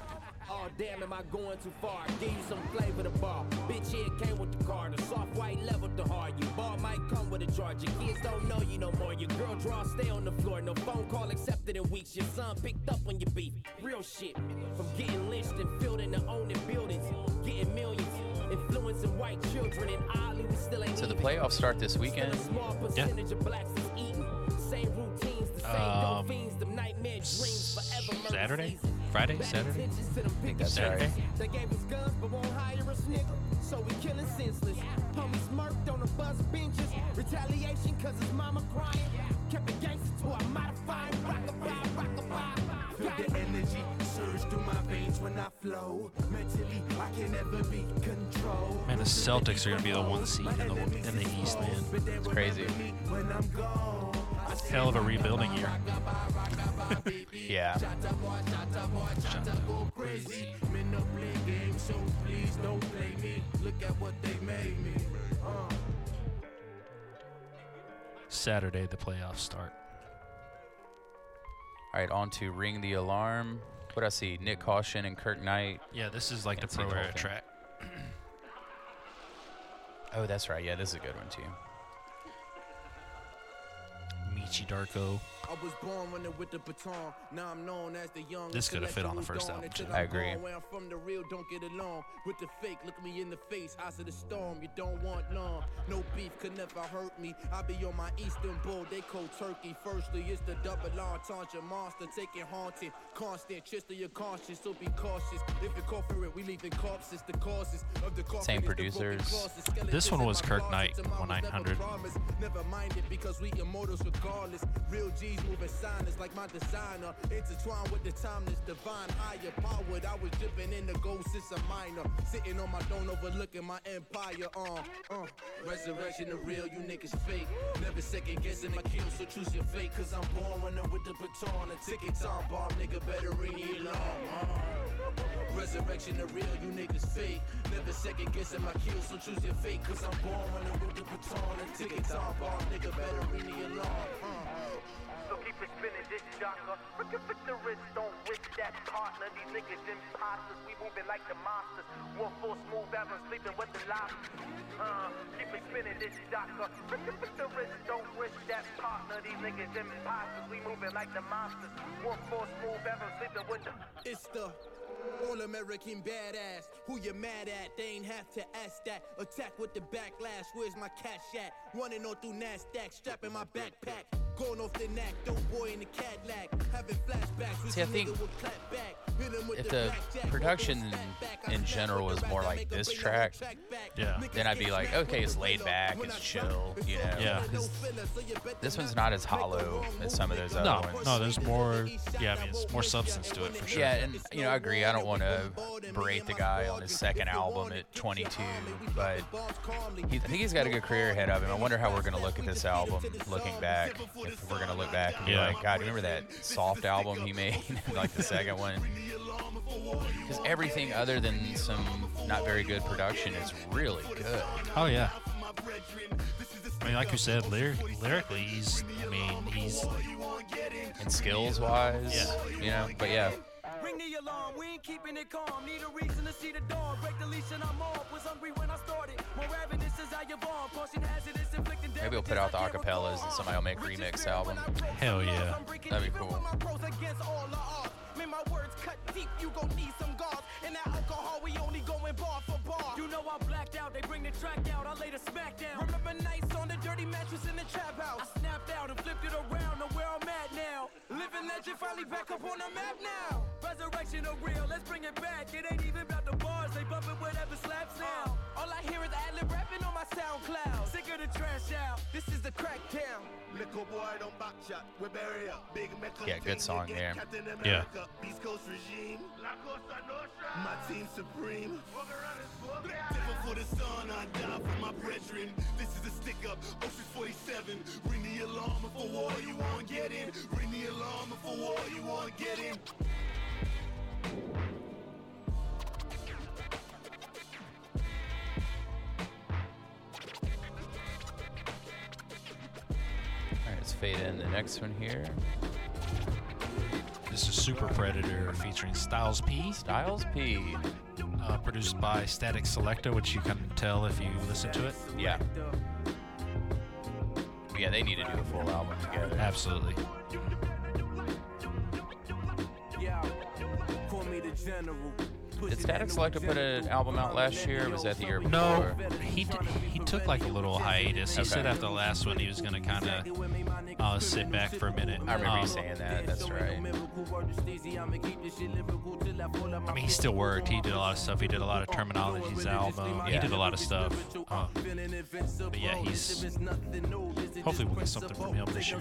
[SPEAKER 6] oh damn, am I going too far? Give you some flavor to bar. Bitch, here came with the car. The soft white leveled the hard. You bar might come with a charge. Your kids don't know you no more. Your girl draw, stay on the floor. No phone call accepted in weeks. Your son picked up on your beef. Real shit. From getting lynched and fielding to owning buildings, getting millions, influencing white children, and oddly we still ain't
[SPEAKER 3] So the
[SPEAKER 6] even
[SPEAKER 3] playoffs start this weekend.
[SPEAKER 6] small percentage of blacks is eating. Same routines, the same
[SPEAKER 2] Um,
[SPEAKER 6] dope fiends, the nightmare dreams forever. murder
[SPEAKER 2] Saturday,
[SPEAKER 6] season.
[SPEAKER 2] Friday,
[SPEAKER 6] Bad
[SPEAKER 2] Saturday.
[SPEAKER 6] intentions to them pickers.
[SPEAKER 3] That's
[SPEAKER 2] Saturday.
[SPEAKER 3] right.
[SPEAKER 6] They gave us guns but won't hire us, nigga. So we killing senseless. Homies murked on the bus benches. Retaliation cause his mama crying. Kept a gangster to a modified rockabye, rockabye.
[SPEAKER 4] Feel the energy surge through my veins when I flow. Mentally, I can never be controlled.
[SPEAKER 2] Man, the Celtics are gonna be the one seed in the in the East, man.
[SPEAKER 3] It's crazy.
[SPEAKER 2] Hell of a rebuilding year.
[SPEAKER 3] Yeah.
[SPEAKER 2] Saturday the playoffs start.
[SPEAKER 3] All right, on to Ring the Alarm. What I see? Nick Caution and Kirk Knight.
[SPEAKER 2] Yeah, this is like
[SPEAKER 3] Can't
[SPEAKER 2] the
[SPEAKER 3] see the
[SPEAKER 2] pro
[SPEAKER 3] whole
[SPEAKER 2] era
[SPEAKER 3] thing.
[SPEAKER 2] track.
[SPEAKER 3] Oh, that's right. Yeah, this is a good one too.
[SPEAKER 2] Michi Darko.
[SPEAKER 5] I was born running with the baton. Now I'm known as the young.
[SPEAKER 2] This coulda fit on the
[SPEAKER 5] intellectual
[SPEAKER 2] first
[SPEAKER 5] dawn.
[SPEAKER 2] album,
[SPEAKER 5] Until
[SPEAKER 2] too.
[SPEAKER 5] I'm
[SPEAKER 3] I agree.
[SPEAKER 5] gone, Where I'm from, the real don't get along with the fake. Look me in the face, eyes of the storm. You don't want none. No beef could never hurt me. I be on my eastern bull. They cold turkey. Firstly, it's the double entendre monster taking haunting, constant. Just to your conscience, so be cautious. If you call for it, we leaving corpses. The causes of the coffin
[SPEAKER 3] Same
[SPEAKER 5] is the broken
[SPEAKER 3] producers.
[SPEAKER 5] clauses. Skeletons
[SPEAKER 2] This one
[SPEAKER 5] in
[SPEAKER 2] was
[SPEAKER 5] my
[SPEAKER 2] Kirk
[SPEAKER 5] closet.
[SPEAKER 2] Knight,
[SPEAKER 5] Tomorrow's never
[SPEAKER 2] 1-900.
[SPEAKER 5] promised. Never mind it because we immortals regardless. Real G's moving signers like my designer. Intertwined with the timeless divine higher powered. I was dripping in the gold since a minor. Sitting on my throne overlooking my empire. Uh, uh. Resurrection the real, you niggas fake. Never second guessing the kill, so choose your fate. Cause I'm born running with the baton. A ticket time bomb, nigga better ring it long. Uh. Resurrection the real, you niggas fake. Never second guessing my kill, so choose your fate. Cause I'm born running with the baton. A ticket time bomb, nigga better ring it long. Uh.
[SPEAKER 7] So keep it spinning, this shocker. Looking for the wrist, don't risk that partner. These niggas imposters, we moving like the monsters. One full smooth average, sleeping with the lobsters. Uh, keep it spinning, this shocker. Looking for the wrist, don't risk that partner. These niggas imposters, we moving like the monsters. One full smooth average, sleeping with the.
[SPEAKER 5] It's the all American badass. Who you mad at? They ain't have to ask that. Attack with the backlash. Where's my cash at? Running on through NASDAQ, strapping my backpack.
[SPEAKER 1] Going off the knack, dope boy in the Cadillac. Having flashbacks. Wish
[SPEAKER 3] See, I
[SPEAKER 1] a
[SPEAKER 3] think
[SPEAKER 1] nigga would clap back. Hit him with
[SPEAKER 3] if
[SPEAKER 1] the
[SPEAKER 3] the
[SPEAKER 1] blackjack.
[SPEAKER 3] production
[SPEAKER 1] Walk on the snapback. I
[SPEAKER 3] in
[SPEAKER 1] snap
[SPEAKER 3] general
[SPEAKER 1] with
[SPEAKER 3] was
[SPEAKER 1] the
[SPEAKER 3] more
[SPEAKER 1] rap, I
[SPEAKER 3] like
[SPEAKER 1] make a
[SPEAKER 3] this
[SPEAKER 1] bring the
[SPEAKER 3] track,
[SPEAKER 1] whole track back.
[SPEAKER 2] Yeah.
[SPEAKER 1] Niggas
[SPEAKER 3] then I'd
[SPEAKER 1] get
[SPEAKER 3] be like,
[SPEAKER 1] smacked
[SPEAKER 3] okay,
[SPEAKER 1] with
[SPEAKER 3] it's
[SPEAKER 1] the
[SPEAKER 3] laid
[SPEAKER 1] window.
[SPEAKER 3] back,
[SPEAKER 1] When
[SPEAKER 3] it's
[SPEAKER 1] I
[SPEAKER 3] chill,
[SPEAKER 1] drop,
[SPEAKER 3] you
[SPEAKER 1] it's
[SPEAKER 3] know.
[SPEAKER 1] all
[SPEAKER 2] Yeah.
[SPEAKER 1] good, no filler, so you better
[SPEAKER 3] This one's not as hollow as some of those other
[SPEAKER 2] No,
[SPEAKER 3] ones.
[SPEAKER 2] no, there's more. Yeah, I mean, it's more substance to it for sure.
[SPEAKER 3] Yeah, and you know, I agree. I don't want to berate the guy on his second album at 22, but he, I think he's got a good career ahead of him. I wonder how we're going to look at this album looking back. If we're going to look back and
[SPEAKER 2] Yeah.
[SPEAKER 3] be like, God, remember that soft album he made, like the second one? Because everything other than some not very good production is really good.
[SPEAKER 2] Oh yeah. I mean, like you said, lyric, lyrically, he's. I mean, he's.
[SPEAKER 3] And skills wise,
[SPEAKER 2] Yeah.
[SPEAKER 3] you know, but yeah.
[SPEAKER 5] Ring the alarm, we ain't keeping it calm. Need a reason to see the dawn. Break the leash and I'm off. Was hungry when I started. More ravenous as I evolve. Caution hazardous, inflicting
[SPEAKER 3] Maybe we'll put out the acapellas and somebody will make remix album.
[SPEAKER 2] Hell yeah.
[SPEAKER 3] That'd be cool.
[SPEAKER 5] You know I blacked out, they bring the track out, I laid a smack down. Remember nights on the dirty mattress in the trap house. I snapped out and flipped it around to where I'm at now. Living legend finally back up on the map now. Resurrection of real, let's bring it back. It ain't even about the bars, they bumping whatever slaps now. Uh, All I hear is ad-lib rapping on my SoundCloud. Sick of the trash out, this is the crack town.
[SPEAKER 1] Little boy don't back shot, we bury up. Big Mecca
[SPEAKER 3] Yeah, good song there.
[SPEAKER 2] Yeah.
[SPEAKER 1] East Coast regime. My team supreme. Devil for the sun, I die for my brethren. This is a stick up, Ocean 47. Ring the alarm if a war you won't get in. Ring the alarm if a war you won't get in.
[SPEAKER 3] All right, let's fade in the next one here.
[SPEAKER 2] This is Super Predator featuring Styles P,
[SPEAKER 3] Styles P.
[SPEAKER 2] uh, produced by Static Selector, which you can tell if you listen to it.
[SPEAKER 3] Yeah. Yeah, they need to do a full album together.
[SPEAKER 2] Absolutely.
[SPEAKER 3] Did Static Selector put an album out last year? Or was that the year before?
[SPEAKER 2] No, he d- he took like a little hiatus. He
[SPEAKER 3] Okay.
[SPEAKER 2] said after the last one he was gonna kind of uh, sit back for a minute.
[SPEAKER 3] I remember you
[SPEAKER 2] Um,
[SPEAKER 3] saying that. That's right.
[SPEAKER 2] I mean, he still worked. He did a lot of stuff. He did a
[SPEAKER 5] Oh,
[SPEAKER 2] lot of terminologies album. He
[SPEAKER 3] Yeah.
[SPEAKER 2] did a lot of stuff. Uh, but
[SPEAKER 5] Oh,
[SPEAKER 2] yeah, he's. Hopefully, we'll get something from him this year.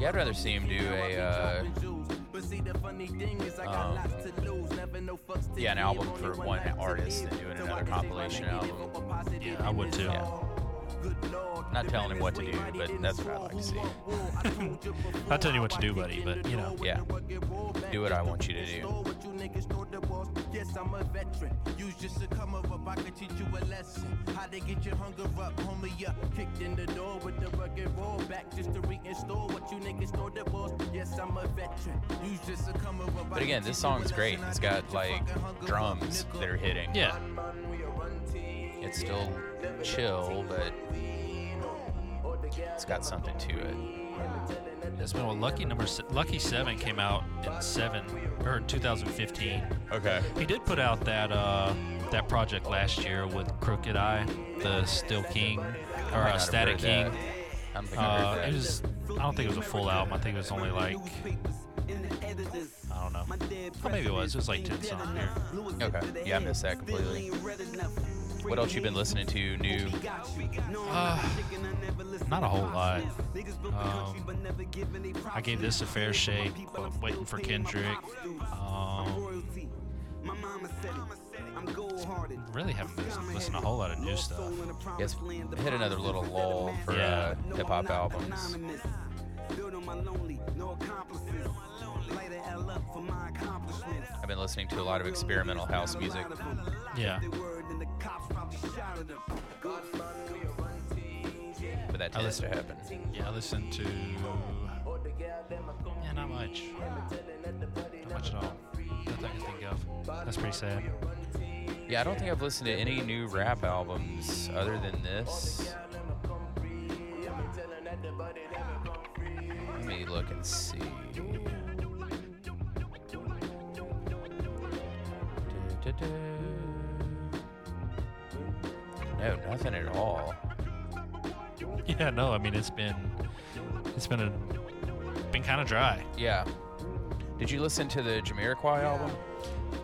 [SPEAKER 3] Yeah, I'd rather see him do a. Uh, um, yeah, an album for one artist than doing another compilation album.
[SPEAKER 2] Yeah, I would too.
[SPEAKER 3] Yeah. Not telling him what to do, but that's what I like to see.
[SPEAKER 2] I'll tell you what to do, buddy. But you know,
[SPEAKER 3] Yeah. Do what I want you to do.
[SPEAKER 1] Yes, I'm a veteran. Use just a come up, I can teach you a lesson. How to get your hunger up, homie up. Kicked in the door with the rug and roll back just to reinstall what you niggas stole the balls. Yes, I'm a veteran. Use just a come up,
[SPEAKER 3] But again, this song's great. It's got like drums that are hitting.
[SPEAKER 2] yeah,
[SPEAKER 3] It's still chill, but it's got something to it.
[SPEAKER 2] it's been well. Lucky number se- Lucky Seven came out in seven or in 2015.
[SPEAKER 3] Okay.
[SPEAKER 2] He did put out that uh that project last year with Crooked Eye, the Still King or uh, Static King.
[SPEAKER 3] I don't think I
[SPEAKER 2] Uh,
[SPEAKER 3] heard that.
[SPEAKER 2] it was. I don't think it was a full album. I think it was only like I don't know. Oh, maybe it was. It was like ten songs there.
[SPEAKER 3] Okay. Yeah, I missed that completely. What else you been listening to? New?
[SPEAKER 2] Uh, not a whole lot. Um, I gave this a fair shake. uh, Waiting for Kendrick. Um, really haven't been listening to a whole lot of new stuff.
[SPEAKER 3] Yes. Hit another little lull for
[SPEAKER 2] Yeah.
[SPEAKER 3] uh, hip hop albums. I've been listening to a lot of experimental house music.
[SPEAKER 2] Yeah,
[SPEAKER 3] But that
[SPEAKER 2] I
[SPEAKER 3] tends to
[SPEAKER 2] listen-
[SPEAKER 3] happen.
[SPEAKER 2] yeah. I listened to. Yeah, not much. Not much at all. Nothing I can think of. That's pretty sad.
[SPEAKER 3] Yeah, I don't think I've listened to any new rap albums other than this. Let me look and see. No, nothing at all.
[SPEAKER 2] Yeah, no. I mean, it's been It's been a been kind of dry.
[SPEAKER 3] Yeah. Did you listen to the Jamiroquai album?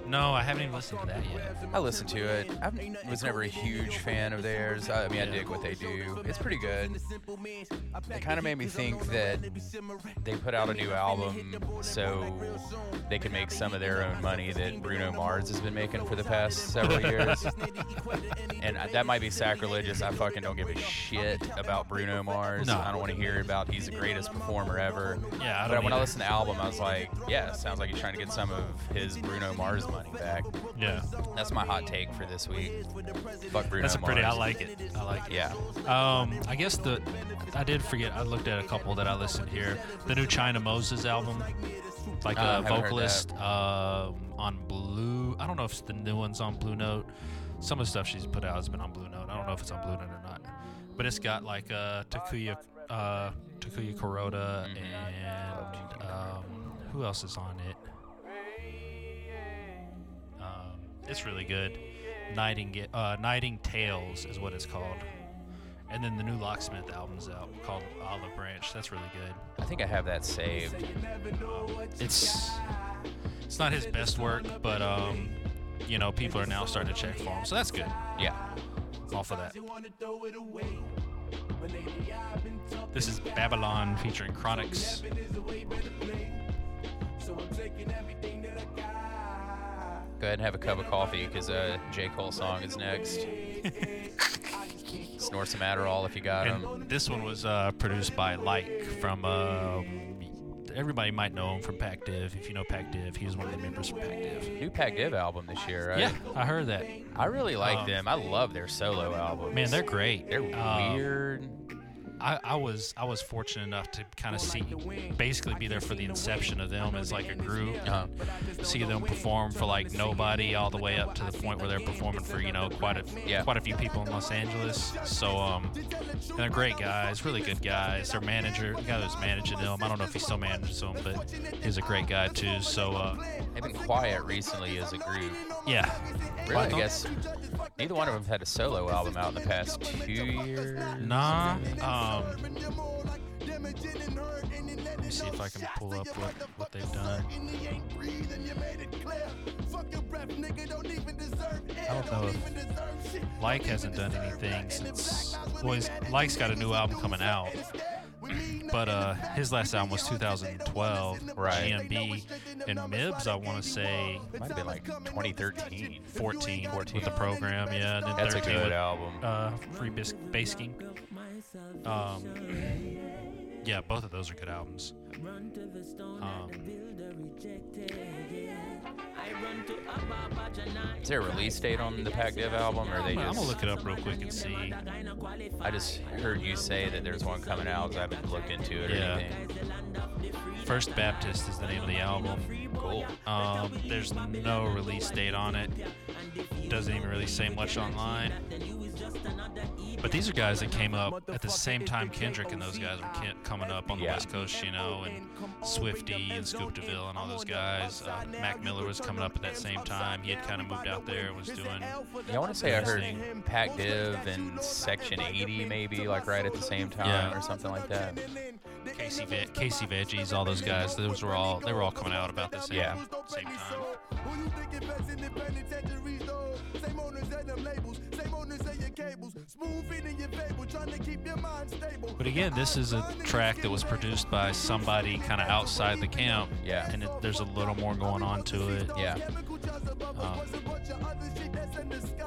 [SPEAKER 2] No, I haven't even listened to that yet.
[SPEAKER 3] I listened to it. I was never a huge fan of theirs. I mean, I dig what they do. It's pretty good. It kind of made me think that they put out a new album so they could make some of their own money that Bruno Mars has been making for the past several years. and I- that might be sacrilegious. I fucking don't give a shit about Bruno Mars.
[SPEAKER 2] No.
[SPEAKER 3] I don't want to hear about he's the greatest performer ever.
[SPEAKER 2] Yeah, I
[SPEAKER 3] but
[SPEAKER 2] don't
[SPEAKER 3] when I
[SPEAKER 2] either.
[SPEAKER 3] listened to the album, I was like, yeah, it sounds like he's trying to get some of his Bruno Mars money back.
[SPEAKER 2] Yeah,
[SPEAKER 3] That's my hot take for this week. Fuck Bruno
[SPEAKER 2] that's a pretty. I
[SPEAKER 3] Mars.
[SPEAKER 2] like it. I like it.
[SPEAKER 3] Yeah.
[SPEAKER 2] Um, I guess the I did forget. I looked at a couple that I listened here. The new China Moses album, like
[SPEAKER 3] Uh, I
[SPEAKER 2] a
[SPEAKER 3] haven't heard
[SPEAKER 2] vocalist uh, on Blue. I don't know if it's the new one's on Blue Note. Some of the stuff she's put out has been on Blue Note. I don't know if it's on Blue Note or not. But it's got like uh, Takuya uh, Takuya Kuroda and um, who else is on it? Um, it's really good. Nightingale, uh, Nightingales is what it's called. And then the new Locksmith album's out called Olive Branch. That's really good.
[SPEAKER 3] I think I have that saved.
[SPEAKER 2] It's it's not his best work, but um, you know, people are now starting to check for him, so that's good.
[SPEAKER 3] Yeah.
[SPEAKER 2] Off of that. This is Babylon featuring Chronics.
[SPEAKER 3] Go ahead and have a cup of coffee because uh, J. Cole song is next. Snort some Adderall if you got them.
[SPEAKER 2] And this one was uh, produced by Like from. Uh, everybody might know him from Pac Div. If you know Pac Div, he was one of the members from Pac Div.
[SPEAKER 3] New Pac Div album this year, right?
[SPEAKER 2] Yeah, I heard that.
[SPEAKER 3] I really like
[SPEAKER 2] Um,
[SPEAKER 3] them. I love their solo albums.
[SPEAKER 2] Man, they're great.
[SPEAKER 3] they're
[SPEAKER 2] Um,
[SPEAKER 3] weird.
[SPEAKER 2] I, I was I was fortunate enough to kind of see, basically be there for the inception of them as like a group,
[SPEAKER 3] Uh-huh.
[SPEAKER 2] and see them perform for like nobody all the way up to the point where they're performing for you know quite a
[SPEAKER 3] Yeah.
[SPEAKER 2] quite a few people in Los Angeles. So um, and they're great guys, really good guys. Their manager, the guy that was managing them, I don't know if he still manages them, but he's a great guy too. So uh,
[SPEAKER 3] They've been quiet recently as a group.
[SPEAKER 2] yeah,
[SPEAKER 3] Really, I guess neither one of them had a solo album out in the past two years.
[SPEAKER 2] Nah. Um, let me see if I can pull up what, what they've done. I don't know if Like hasn't done anything since. Well, he's, Like's got a new album coming out. But uh, his last album was 2012,
[SPEAKER 3] Right.
[SPEAKER 2] GMB, and Mibs. I want to say
[SPEAKER 3] Might have been like 2013.
[SPEAKER 2] 14, with the program, yeah. And then
[SPEAKER 3] That's a
[SPEAKER 2] 13
[SPEAKER 3] good
[SPEAKER 2] with,
[SPEAKER 3] album.
[SPEAKER 2] uh, free bis- basking. Um, yeah, both of those are good albums. Um,
[SPEAKER 3] Is there a release date on the Pac Div album, or they
[SPEAKER 2] I'm,
[SPEAKER 3] just?
[SPEAKER 2] gonna look it up real quick and see.
[SPEAKER 3] I just heard you say that there's one coming out. 'cause I haven't looked into it or
[SPEAKER 2] Yeah.
[SPEAKER 3] anything.
[SPEAKER 2] First Baptist is the name of the album.
[SPEAKER 3] Cool.
[SPEAKER 2] Um, there's no release date on it. Doesn't even really say much online. But these are guys that came up at the same time Kendrick and those guys were ki- coming up on the
[SPEAKER 3] Yeah.
[SPEAKER 2] West Coast, you know, and Swifty and Scoop DeVille and all those guys. Uh, Mac Miller was coming up at that same time. He had kind of moved out there and was doing.
[SPEAKER 3] Yeah, I want to say I
[SPEAKER 2] Interesting.
[SPEAKER 3] heard Pac Div and Section 80 maybe like right at the same time
[SPEAKER 2] Yeah.
[SPEAKER 3] or something like that.
[SPEAKER 2] Casey, Ve- Casey Veggies, all those guys. Those were all they were all coming out about the same
[SPEAKER 3] Yeah.
[SPEAKER 2] same time. But again, this is a track that was produced by somebody kind of outside the camp.
[SPEAKER 3] Yeah.
[SPEAKER 2] And it, there's a little more going on to it.
[SPEAKER 3] Yeah.
[SPEAKER 2] Um,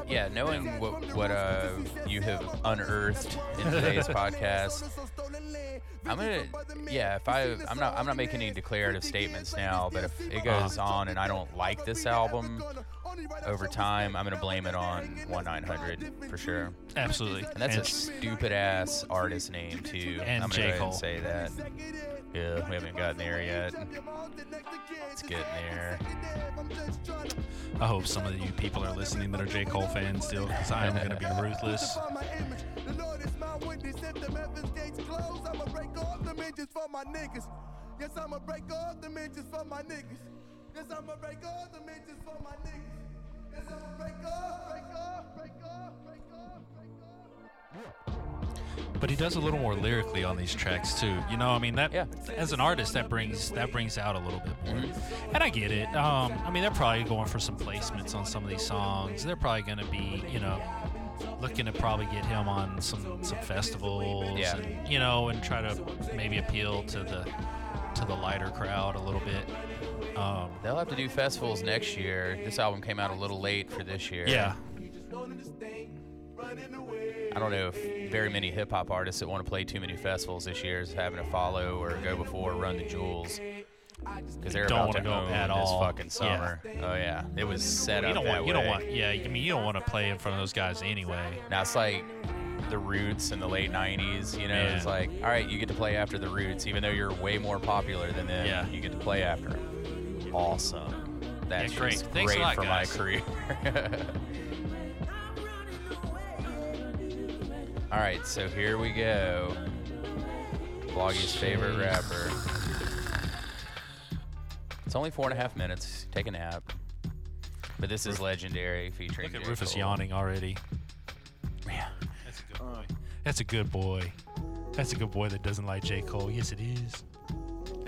[SPEAKER 3] Yeah, knowing what what uh, you have unearthed in today's podcast, I'm gonna yeah. If I I'm not I'm not making any declarative statements now, but if it goes
[SPEAKER 2] Uh-huh.
[SPEAKER 3] on and I don't like this album over time, I'm gonna blame it on one nine hundred for sure.
[SPEAKER 2] absolutely.
[SPEAKER 3] And that's a stupid ass artist name too.
[SPEAKER 2] And
[SPEAKER 3] I'm gonna
[SPEAKER 2] J.
[SPEAKER 3] go ahead
[SPEAKER 2] Cole.
[SPEAKER 3] and say that. Yeah, we haven't gotten there yet. It's getting there.
[SPEAKER 2] I hope some of you people are listening that are J. Cole fans still, because I am going to be ruthless. but he does a little more lyrically on these tracks too. You know, I mean that
[SPEAKER 3] Yeah.
[SPEAKER 2] as an artist that brings that brings out a little bit more.
[SPEAKER 3] Mm-hmm.
[SPEAKER 2] And I get it. Um, I mean they're probably going for some placements on some of these songs. They're probably going to be, you know, looking to probably get him on some some festivals
[SPEAKER 3] Yeah.
[SPEAKER 2] and you know and try to maybe appeal to the to the lighter crowd a little bit. Um,
[SPEAKER 3] They'll have to do festivals next year. This album came out a little late for this year.
[SPEAKER 2] yeah.
[SPEAKER 3] I don't know if very many hip hop artists that want to play too many festivals this year is having to follow or go before Run the Jewels. Because they're
[SPEAKER 2] Don't
[SPEAKER 3] about
[SPEAKER 2] wanna
[SPEAKER 3] to
[SPEAKER 2] go
[SPEAKER 3] own
[SPEAKER 2] at
[SPEAKER 3] this
[SPEAKER 2] all.
[SPEAKER 3] fucking summer. Oh yeah, it was set
[SPEAKER 2] You
[SPEAKER 3] up
[SPEAKER 2] don't
[SPEAKER 3] that
[SPEAKER 2] want
[SPEAKER 3] way.
[SPEAKER 2] you don't want yeah, I mean you don't want to play in front of those guys anyway.
[SPEAKER 3] Now it's like the Roots in the late '90s. You know,
[SPEAKER 2] Yeah.
[SPEAKER 3] it's like all right, you get to play after the Roots, even though you're way more popular than them.
[SPEAKER 2] Yeah.
[SPEAKER 3] you get to play after. 'em. Awesome. That's
[SPEAKER 2] Yeah, great.
[SPEAKER 3] just
[SPEAKER 2] Thanks a
[SPEAKER 3] great
[SPEAKER 2] lot,
[SPEAKER 3] for
[SPEAKER 2] guys.
[SPEAKER 3] my career. all right, so here we go. Bloggy's favorite
[SPEAKER 2] Jeez.
[SPEAKER 3] rapper. It's only four and a half minutes. Take a nap. But this is legendary featuring.
[SPEAKER 2] Look at
[SPEAKER 3] J.
[SPEAKER 2] Rufus
[SPEAKER 3] Cole.
[SPEAKER 2] yawning already.
[SPEAKER 3] Yeah.
[SPEAKER 2] That's a good boy. That's a good boy. That's a good boy that doesn't like J. Cole. Yes, it is.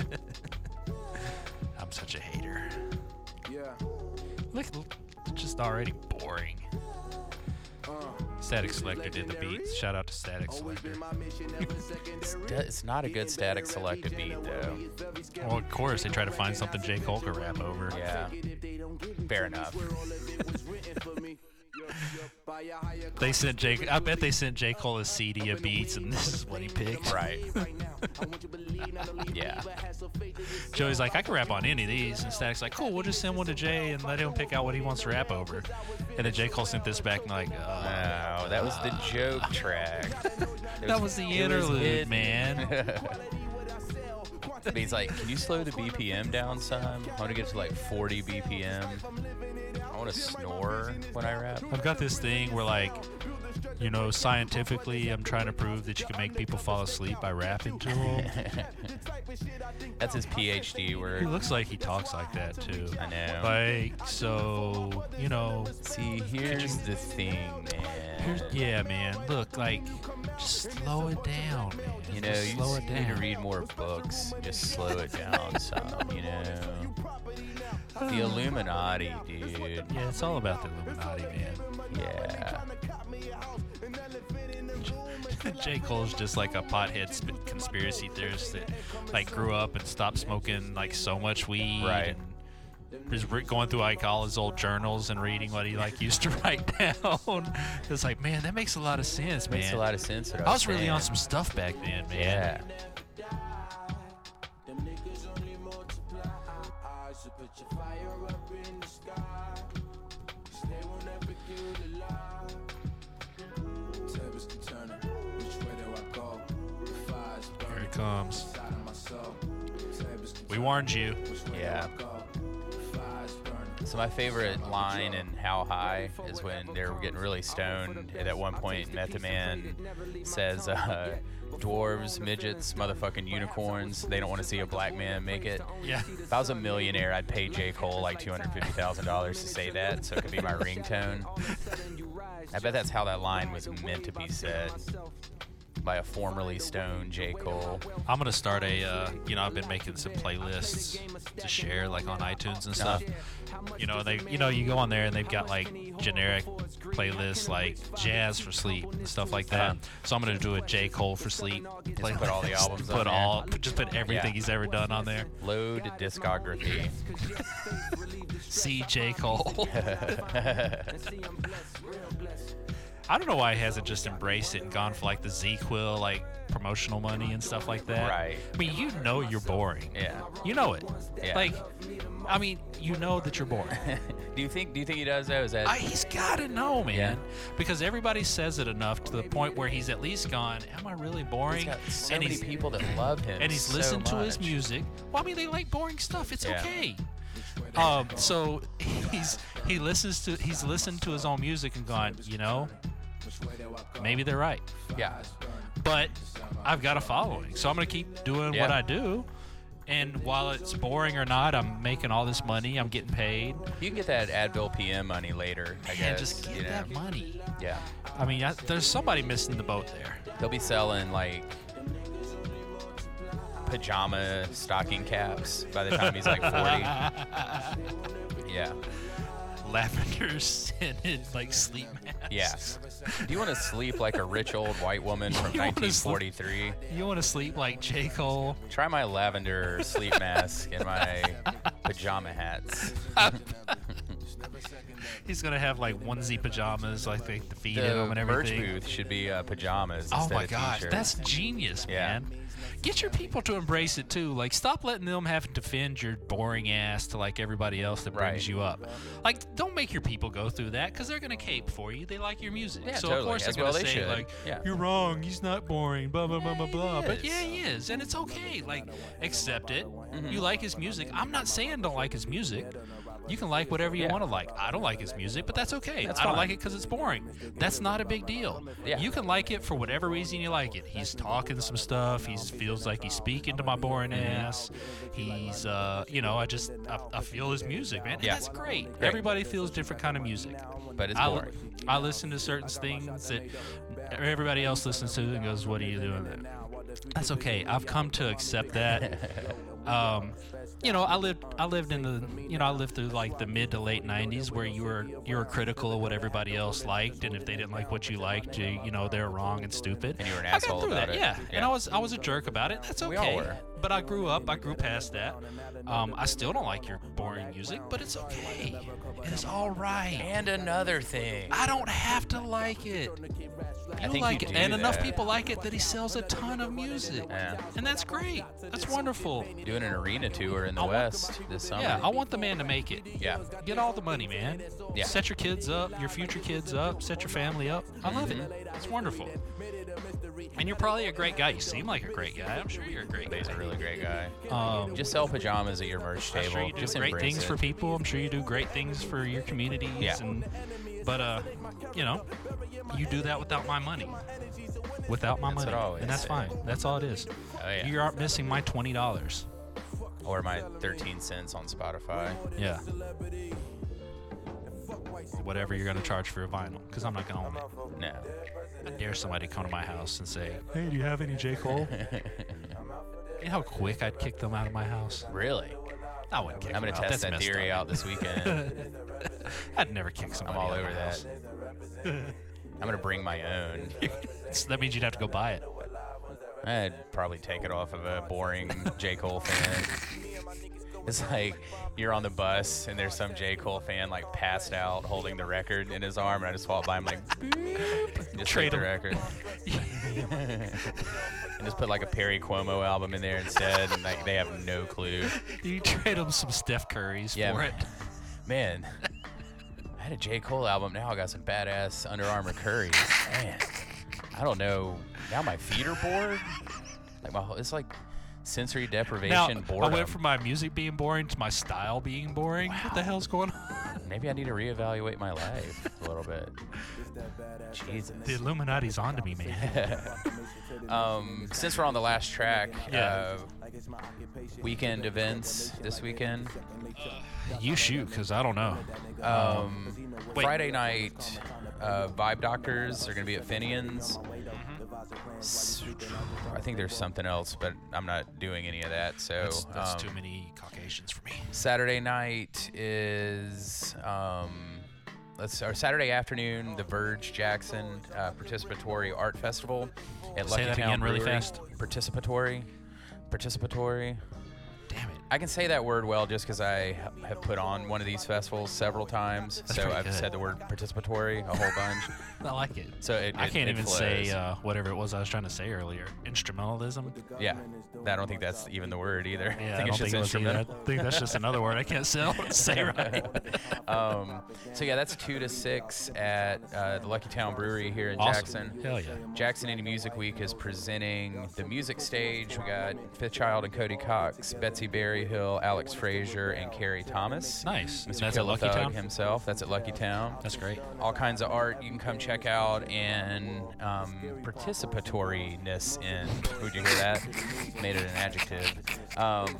[SPEAKER 2] I'm such a hater.
[SPEAKER 4] Yeah.
[SPEAKER 2] Look, look, just already boring. Static Selector did the beats. Shout out to Static Selector.
[SPEAKER 3] It's, d- it's not a good static selected beat, though.
[SPEAKER 2] Well, of course, they try to find something J. Cole could rap over.
[SPEAKER 3] Yeah. Fair enough.
[SPEAKER 2] They sent J. I bet they sent J. Cole a CD of beats, and this is what he picked.
[SPEAKER 3] Right. yeah.
[SPEAKER 2] Joey's like, I can rap on any of these. And Static's like, cool, we'll just send one to Jay and let him pick out what he wants to rap over. And then J. Cole sent this back and like, uh,
[SPEAKER 3] No, that was the joke track.
[SPEAKER 2] that was the
[SPEAKER 3] it was
[SPEAKER 2] interlude,
[SPEAKER 3] hidden.
[SPEAKER 2] man.
[SPEAKER 3] But he's like, can you slow the BPM down some? I want to get to like 40 BPM. I want to snore when I rap.
[SPEAKER 2] I've got this thing where like, you know, scientifically, I'm trying to prove that you can make people fall asleep by rapping to them.
[SPEAKER 3] That's his PhD
[SPEAKER 2] he
[SPEAKER 3] word.
[SPEAKER 2] looks like he talks like that too.
[SPEAKER 3] I know.
[SPEAKER 2] Like, so, you know,
[SPEAKER 3] See, here's the thing, man.
[SPEAKER 2] here's, yeah, man. Look, like, just slow it down, man.
[SPEAKER 3] You know,
[SPEAKER 2] Just
[SPEAKER 3] you
[SPEAKER 2] slow
[SPEAKER 3] just
[SPEAKER 2] it
[SPEAKER 3] need to
[SPEAKER 2] down.
[SPEAKER 3] read more books. Just slow it down some, you know. The Illuminati, dude.
[SPEAKER 2] Yeah, it's all about the Illuminati, man.
[SPEAKER 3] Yeah.
[SPEAKER 2] J. Cole's just like a pothead sp- conspiracy theorist that like grew up and stopped smoking like so much weed.
[SPEAKER 3] Right.
[SPEAKER 2] and Just re- going through like all his old journals and reading what he like used to write down. it's like, man, that makes a lot of sense, man.
[SPEAKER 3] Makes a lot of sense. what
[SPEAKER 2] I was really
[SPEAKER 3] saying.
[SPEAKER 2] on some stuff back then, man.
[SPEAKER 3] Yeah.
[SPEAKER 2] Here it comes. We warned you.
[SPEAKER 3] Yeah. So my favorite line in How High is when they're getting really stoned. and At one point, Method Man says, uh, "Dwarves, midgets, motherfucking unicorns. They don't want to see a black man make it."
[SPEAKER 2] Yeah.
[SPEAKER 3] If I was a millionaire, I'd pay J. Cole like two hundred fifty thousand dollars to say that, so it could be my ringtone. I bet that's how that line was meant to be said by a formerly stoned J. Cole.
[SPEAKER 2] I'm gonna start a, uh, you know, I've been making some playlists to share, like on iTunes and stuff. You know, they, you know, you go on there and they've got like generic playlists, like jazz for sleep and stuff like that.
[SPEAKER 3] Uh-huh.
[SPEAKER 2] So I'm gonna do a J Cole for sleep. playlist.
[SPEAKER 3] put all the albums on
[SPEAKER 2] Put
[SPEAKER 3] there.
[SPEAKER 2] all, put- just put everything
[SPEAKER 3] Yeah.
[SPEAKER 2] he's ever done on there.
[SPEAKER 3] Load discography.
[SPEAKER 2] See J Cole. I don't know why he hasn't just embraced it and gone for like the Z Quill like promotional money and stuff like that.
[SPEAKER 3] Right.
[SPEAKER 2] I mean, you know you're boring.
[SPEAKER 3] Yeah.
[SPEAKER 2] You know it.
[SPEAKER 3] Yeah.
[SPEAKER 2] Like, I mean, you know that you're boring.
[SPEAKER 3] do you think? Do you think he does though? Is that?
[SPEAKER 2] I, he's got to know, man,
[SPEAKER 3] Yeah.
[SPEAKER 2] because everybody says it enough to the point where he's at least gone. Am I really boring?
[SPEAKER 3] He's got so
[SPEAKER 2] and
[SPEAKER 3] many
[SPEAKER 2] he's
[SPEAKER 3] people that love him.
[SPEAKER 2] and he's
[SPEAKER 3] so
[SPEAKER 2] listened to his
[SPEAKER 3] much.
[SPEAKER 2] music. Well, I mean, they like boring stuff. It's
[SPEAKER 3] Yeah.
[SPEAKER 2] okay. Um, so he's he listens to he's listened to his own music and gone. You know, maybe they're right,
[SPEAKER 3] Yeah.
[SPEAKER 2] but I've got a following, so I'm gonna keep doing what
[SPEAKER 3] Yeah.
[SPEAKER 2] I do. And while it's boring or not, I'm making all this money. I'm getting paid.
[SPEAKER 3] You can get that Advil PM money later, I
[SPEAKER 2] Man,
[SPEAKER 3] guess.
[SPEAKER 2] just get
[SPEAKER 3] you know?
[SPEAKER 2] that money.
[SPEAKER 3] Yeah.
[SPEAKER 2] I mean, I, there's somebody missing the boat there.
[SPEAKER 3] They'll be selling like pajama stocking caps by the time he's like 40. yeah.
[SPEAKER 2] Lavender scented like sleep masks.
[SPEAKER 3] Yeah. Do you want to sleep like a rich old white woman from
[SPEAKER 2] You wanna sleep-
[SPEAKER 3] 1943?
[SPEAKER 2] You want to sleep like J. Cole?
[SPEAKER 3] Try my lavender sleep mask and my pajama hats.
[SPEAKER 2] He's gonna have like onesie pajamas, like they feed him
[SPEAKER 3] The
[SPEAKER 2] and
[SPEAKER 3] merch
[SPEAKER 2] everything.
[SPEAKER 3] booth should be uh, pajamas.
[SPEAKER 2] Oh
[SPEAKER 3] instead
[SPEAKER 2] my
[SPEAKER 3] of
[SPEAKER 2] gosh,
[SPEAKER 3] t-shirts.
[SPEAKER 2] that's genius,
[SPEAKER 3] Yeah.
[SPEAKER 2] man. Get your people to embrace it too. Like, stop letting them have to defend your boring ass to like everybody else that brings
[SPEAKER 3] Right.
[SPEAKER 2] you up. Like, don't make your people go through that because they're gonna cape for you. They like your music,
[SPEAKER 3] Yeah,
[SPEAKER 2] so of
[SPEAKER 3] totally.
[SPEAKER 2] course
[SPEAKER 3] As
[SPEAKER 2] they're
[SPEAKER 3] well
[SPEAKER 2] gonna
[SPEAKER 3] they
[SPEAKER 2] say
[SPEAKER 3] should.
[SPEAKER 2] like,
[SPEAKER 3] Yeah.
[SPEAKER 2] "You're wrong. He's not boring." Blah blah blah blah blah. But
[SPEAKER 3] is. Mm-hmm.
[SPEAKER 2] yeah, he is, and it's okay. Like, accept it. You like his music. I'm not saying don't like his music. You can like whatever you
[SPEAKER 3] Yeah.
[SPEAKER 2] want to like. I don't like his music, but that's okay.
[SPEAKER 3] That's
[SPEAKER 2] I don't
[SPEAKER 3] fine.
[SPEAKER 2] like it because it's boring. That's not a big deal.
[SPEAKER 3] Yeah.
[SPEAKER 2] You can like it for whatever reason you like it. He's talking some stuff. He feels like he's speaking to my boring ass. He's, uh, you know, I just I, I feel his music, man. And
[SPEAKER 3] Yeah.
[SPEAKER 2] that's great. Everybody feels different kind of music.
[SPEAKER 3] But it's
[SPEAKER 2] I,
[SPEAKER 3] boring.
[SPEAKER 2] I listen to certain things that everybody else listens to and goes, "What are you doing?" There? That's okay. I've come to accept that. um, you know, I lived I lived in the you know I lived through like the mid to late '90s where you were you were critical of what everybody else liked, and if they didn't like what you liked, you, you know they're wrong and stupid.
[SPEAKER 3] And you were an
[SPEAKER 2] I
[SPEAKER 3] asshole
[SPEAKER 2] got through
[SPEAKER 3] about
[SPEAKER 2] that,
[SPEAKER 3] it.
[SPEAKER 2] Yeah. and
[SPEAKER 3] Yeah.
[SPEAKER 2] I was I was a jerk about it. That's okay.
[SPEAKER 3] We all were.
[SPEAKER 2] But I grew up. I grew past that. Um, I still don't like your boring music, but it's okay. It's all right.
[SPEAKER 3] and another thing.
[SPEAKER 2] I don't have to like it.
[SPEAKER 3] I
[SPEAKER 2] You
[SPEAKER 3] think
[SPEAKER 2] like
[SPEAKER 3] you
[SPEAKER 2] it,
[SPEAKER 3] do
[SPEAKER 2] and enough
[SPEAKER 3] that.
[SPEAKER 2] people like it that he sells a ton of music,
[SPEAKER 3] Yeah.
[SPEAKER 2] and that's great. That's wonderful.
[SPEAKER 3] Doing an arena tour in the
[SPEAKER 2] I want-
[SPEAKER 3] West this summer.
[SPEAKER 2] Yeah, I want the man to make it.
[SPEAKER 3] Yeah.
[SPEAKER 2] Get all the money, man.
[SPEAKER 3] Yeah.
[SPEAKER 2] Set your kids up, your future kids up, set your family up. I love it.
[SPEAKER 3] Mm-hmm.
[SPEAKER 2] It's wonderful. And you're probably a great guy. You seem like a great guy. I'm sure you're a great guy.
[SPEAKER 3] He's a really great guy.
[SPEAKER 2] Um,
[SPEAKER 3] Just sell pajamas at your merch
[SPEAKER 2] I'm
[SPEAKER 3] table.
[SPEAKER 2] sure you do
[SPEAKER 3] Just
[SPEAKER 2] great
[SPEAKER 3] embrace
[SPEAKER 2] things
[SPEAKER 3] it.
[SPEAKER 2] for people. I'm sure you do great things for your communities.
[SPEAKER 3] Yeah.
[SPEAKER 2] And, but uh, you know, you do that without my money. Without my
[SPEAKER 3] That's what
[SPEAKER 2] money,
[SPEAKER 3] I always
[SPEAKER 2] and that's
[SPEAKER 3] say.
[SPEAKER 2] fine. That's all it is.
[SPEAKER 3] Oh, yeah.
[SPEAKER 2] You aren't missing my twenty dollars.
[SPEAKER 3] Or my 13 cents on Spotify.
[SPEAKER 2] Yeah. Or whatever you're gonna charge for a vinyl, because I'm not gonna own it.
[SPEAKER 3] No.
[SPEAKER 2] I dare somebody to come to my house and say, "Hey, do you have any J Cole?" you know how quick I'd kick them out of my house.
[SPEAKER 3] Really?
[SPEAKER 2] I wouldn't kick
[SPEAKER 3] I'm
[SPEAKER 2] them
[SPEAKER 3] going to
[SPEAKER 2] out. That's
[SPEAKER 3] test that
[SPEAKER 2] messed
[SPEAKER 3] theory
[SPEAKER 2] up.
[SPEAKER 3] out this weekend.
[SPEAKER 2] I'd never kick somebody.
[SPEAKER 3] I'm all
[SPEAKER 2] out of
[SPEAKER 3] over
[SPEAKER 2] my
[SPEAKER 3] that.
[SPEAKER 2] house.
[SPEAKER 3] I'm going to bring my own.
[SPEAKER 2] So that means you'd have to go buy it.
[SPEAKER 3] I'd probably take it off of a boring J. Cole fan. It's like you're on the bus and there's some J. Cole fan like passed out holding the record in his arm, and I just walk by him like, boop, and just
[SPEAKER 2] Trade
[SPEAKER 3] take the
[SPEAKER 2] him.
[SPEAKER 3] record, and just put like a Perry Cuomo album in there instead, and like they have no clue.
[SPEAKER 2] You trade them some Steph Curry's
[SPEAKER 3] Yeah,
[SPEAKER 2] for it.
[SPEAKER 3] man. Man, I had a J. Cole album. Now I got some badass Under Armour Curries. Man, I don't know. Now my feet are bored. Like my whole, it's like sensory
[SPEAKER 2] Now,
[SPEAKER 3] deprivation
[SPEAKER 2] I
[SPEAKER 3] boredom.
[SPEAKER 2] went from my music being boring to my style being boring. What the hell's going on?
[SPEAKER 3] Maybe I need to reevaluate my life a little bit. Jesus.
[SPEAKER 2] The Illuminati's onto me, man.
[SPEAKER 3] Um, since we're on the last track,
[SPEAKER 2] Yeah.
[SPEAKER 3] uh, weekend events this weekend.
[SPEAKER 2] you shoot, because I don't know.
[SPEAKER 3] Oh, Um,
[SPEAKER 2] Wait.
[SPEAKER 3] Friday night, uh, Vibe Doctors are going to be at Finian's. S- I think there's something else, but I'm not doing any of that. So
[SPEAKER 2] That's, that's
[SPEAKER 3] um,
[SPEAKER 2] too many Caucasians for me.
[SPEAKER 3] Saturday night is um, let's or Saturday afternoon, the Verge Jackson uh, Participatory Art Festival at
[SPEAKER 2] Say
[SPEAKER 3] Lucky
[SPEAKER 2] that
[SPEAKER 3] Town
[SPEAKER 2] again really
[SPEAKER 3] Brewery.
[SPEAKER 2] fast.
[SPEAKER 3] Participatory, participatory.
[SPEAKER 2] Damn it.
[SPEAKER 3] I can say that word well just because I ha- have put on one of these festivals several times, so
[SPEAKER 2] pretty
[SPEAKER 3] I've
[SPEAKER 2] good.
[SPEAKER 3] said the word participatory a whole bunch.
[SPEAKER 2] I like it.
[SPEAKER 3] So it,
[SPEAKER 2] I
[SPEAKER 3] it-
[SPEAKER 2] can't
[SPEAKER 3] it
[SPEAKER 2] even
[SPEAKER 3] flows.
[SPEAKER 2] say uh, whatever it was I was trying to say earlier. Instrumentalism?
[SPEAKER 3] yeah, I don't think that's even the word either.
[SPEAKER 2] Yeah,
[SPEAKER 3] I think
[SPEAKER 2] don't
[SPEAKER 3] it's just
[SPEAKER 2] think it was either.
[SPEAKER 3] instrumental.
[SPEAKER 2] I think that's just another word I can't say, say right.
[SPEAKER 3] um, so yeah, that's two to six at uh, the Lucky Town Brewery here in
[SPEAKER 2] Awesome.
[SPEAKER 3] Jackson.
[SPEAKER 2] Hell yeah.
[SPEAKER 3] Jackson Indie Music Week is presenting the music stage. We got Fifth Child and Cody Cox, Betsy Berryhill, Alex Frazier, and Carrie Thomas.
[SPEAKER 2] Nice.
[SPEAKER 3] Mr.
[SPEAKER 2] That's at
[SPEAKER 3] Killer
[SPEAKER 2] Lucky
[SPEAKER 3] Thug
[SPEAKER 2] Town?
[SPEAKER 3] himself. That's at Lucky Town.
[SPEAKER 2] That's great.
[SPEAKER 3] all kinds of art you can come check out and um, participatoriness in. Would you hear that? Made it an adjective. Um,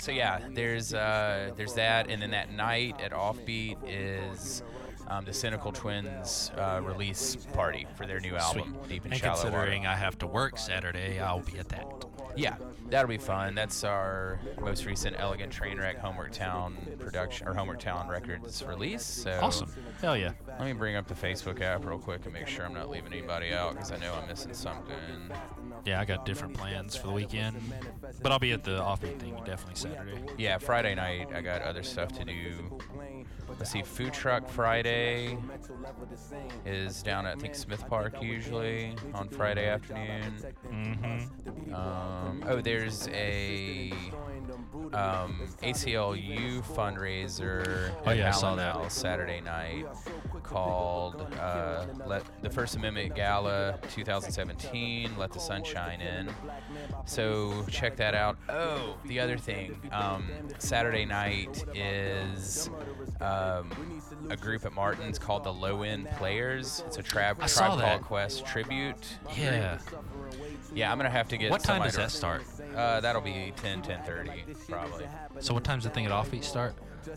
[SPEAKER 3] so yeah, there's uh, there's that, and then that night at Offbeat is um, the Cynical Twins uh, release party for their new album, Deep in
[SPEAKER 2] And
[SPEAKER 3] Shallow
[SPEAKER 2] considering
[SPEAKER 3] Water.
[SPEAKER 2] I have to work Saturday, I'll be at that.
[SPEAKER 3] yeah, that'll be fun. That's our most recent Elegant Trainwreck Homework Town production or Homework Town Records release. So
[SPEAKER 2] Awesome. Hell yeah.
[SPEAKER 3] Let me bring up the Facebook app real quick and make sure I'm not leaving anybody out because I know I'm missing something.
[SPEAKER 2] Yeah, I got different plans for the weekend, but I'll be at the offbeat thing definitely Saturday.
[SPEAKER 3] Yeah, Friday night I got other stuff to do. Let's see, Food Truck Friday is down at I think Smith Park usually on Friday afternoon.
[SPEAKER 2] Mm-hmm.
[SPEAKER 3] Um, oh, there's a um, ACLU fundraiser.
[SPEAKER 2] Oh,
[SPEAKER 3] at
[SPEAKER 2] yeah, I saw
[SPEAKER 3] Allen
[SPEAKER 2] that.
[SPEAKER 3] House Saturday night called uh, "Let the First Amendment Gala 2017: Let the Sunshine In." So check that out. Oh, the other thing, um, Saturday night is um, a group at Martin's called the Low End Players. It's a
[SPEAKER 2] I
[SPEAKER 3] Trab Tribe
[SPEAKER 2] saw
[SPEAKER 3] Called
[SPEAKER 2] that.
[SPEAKER 3] Quest tribute.
[SPEAKER 2] Yeah.
[SPEAKER 3] Yeah, I'm gonna have to get.
[SPEAKER 2] What time
[SPEAKER 3] somebody
[SPEAKER 2] does
[SPEAKER 3] to-
[SPEAKER 2] that start?
[SPEAKER 3] Uh, that'll be 10, 10:30 probably.
[SPEAKER 2] So what time's the thing at offbeat start?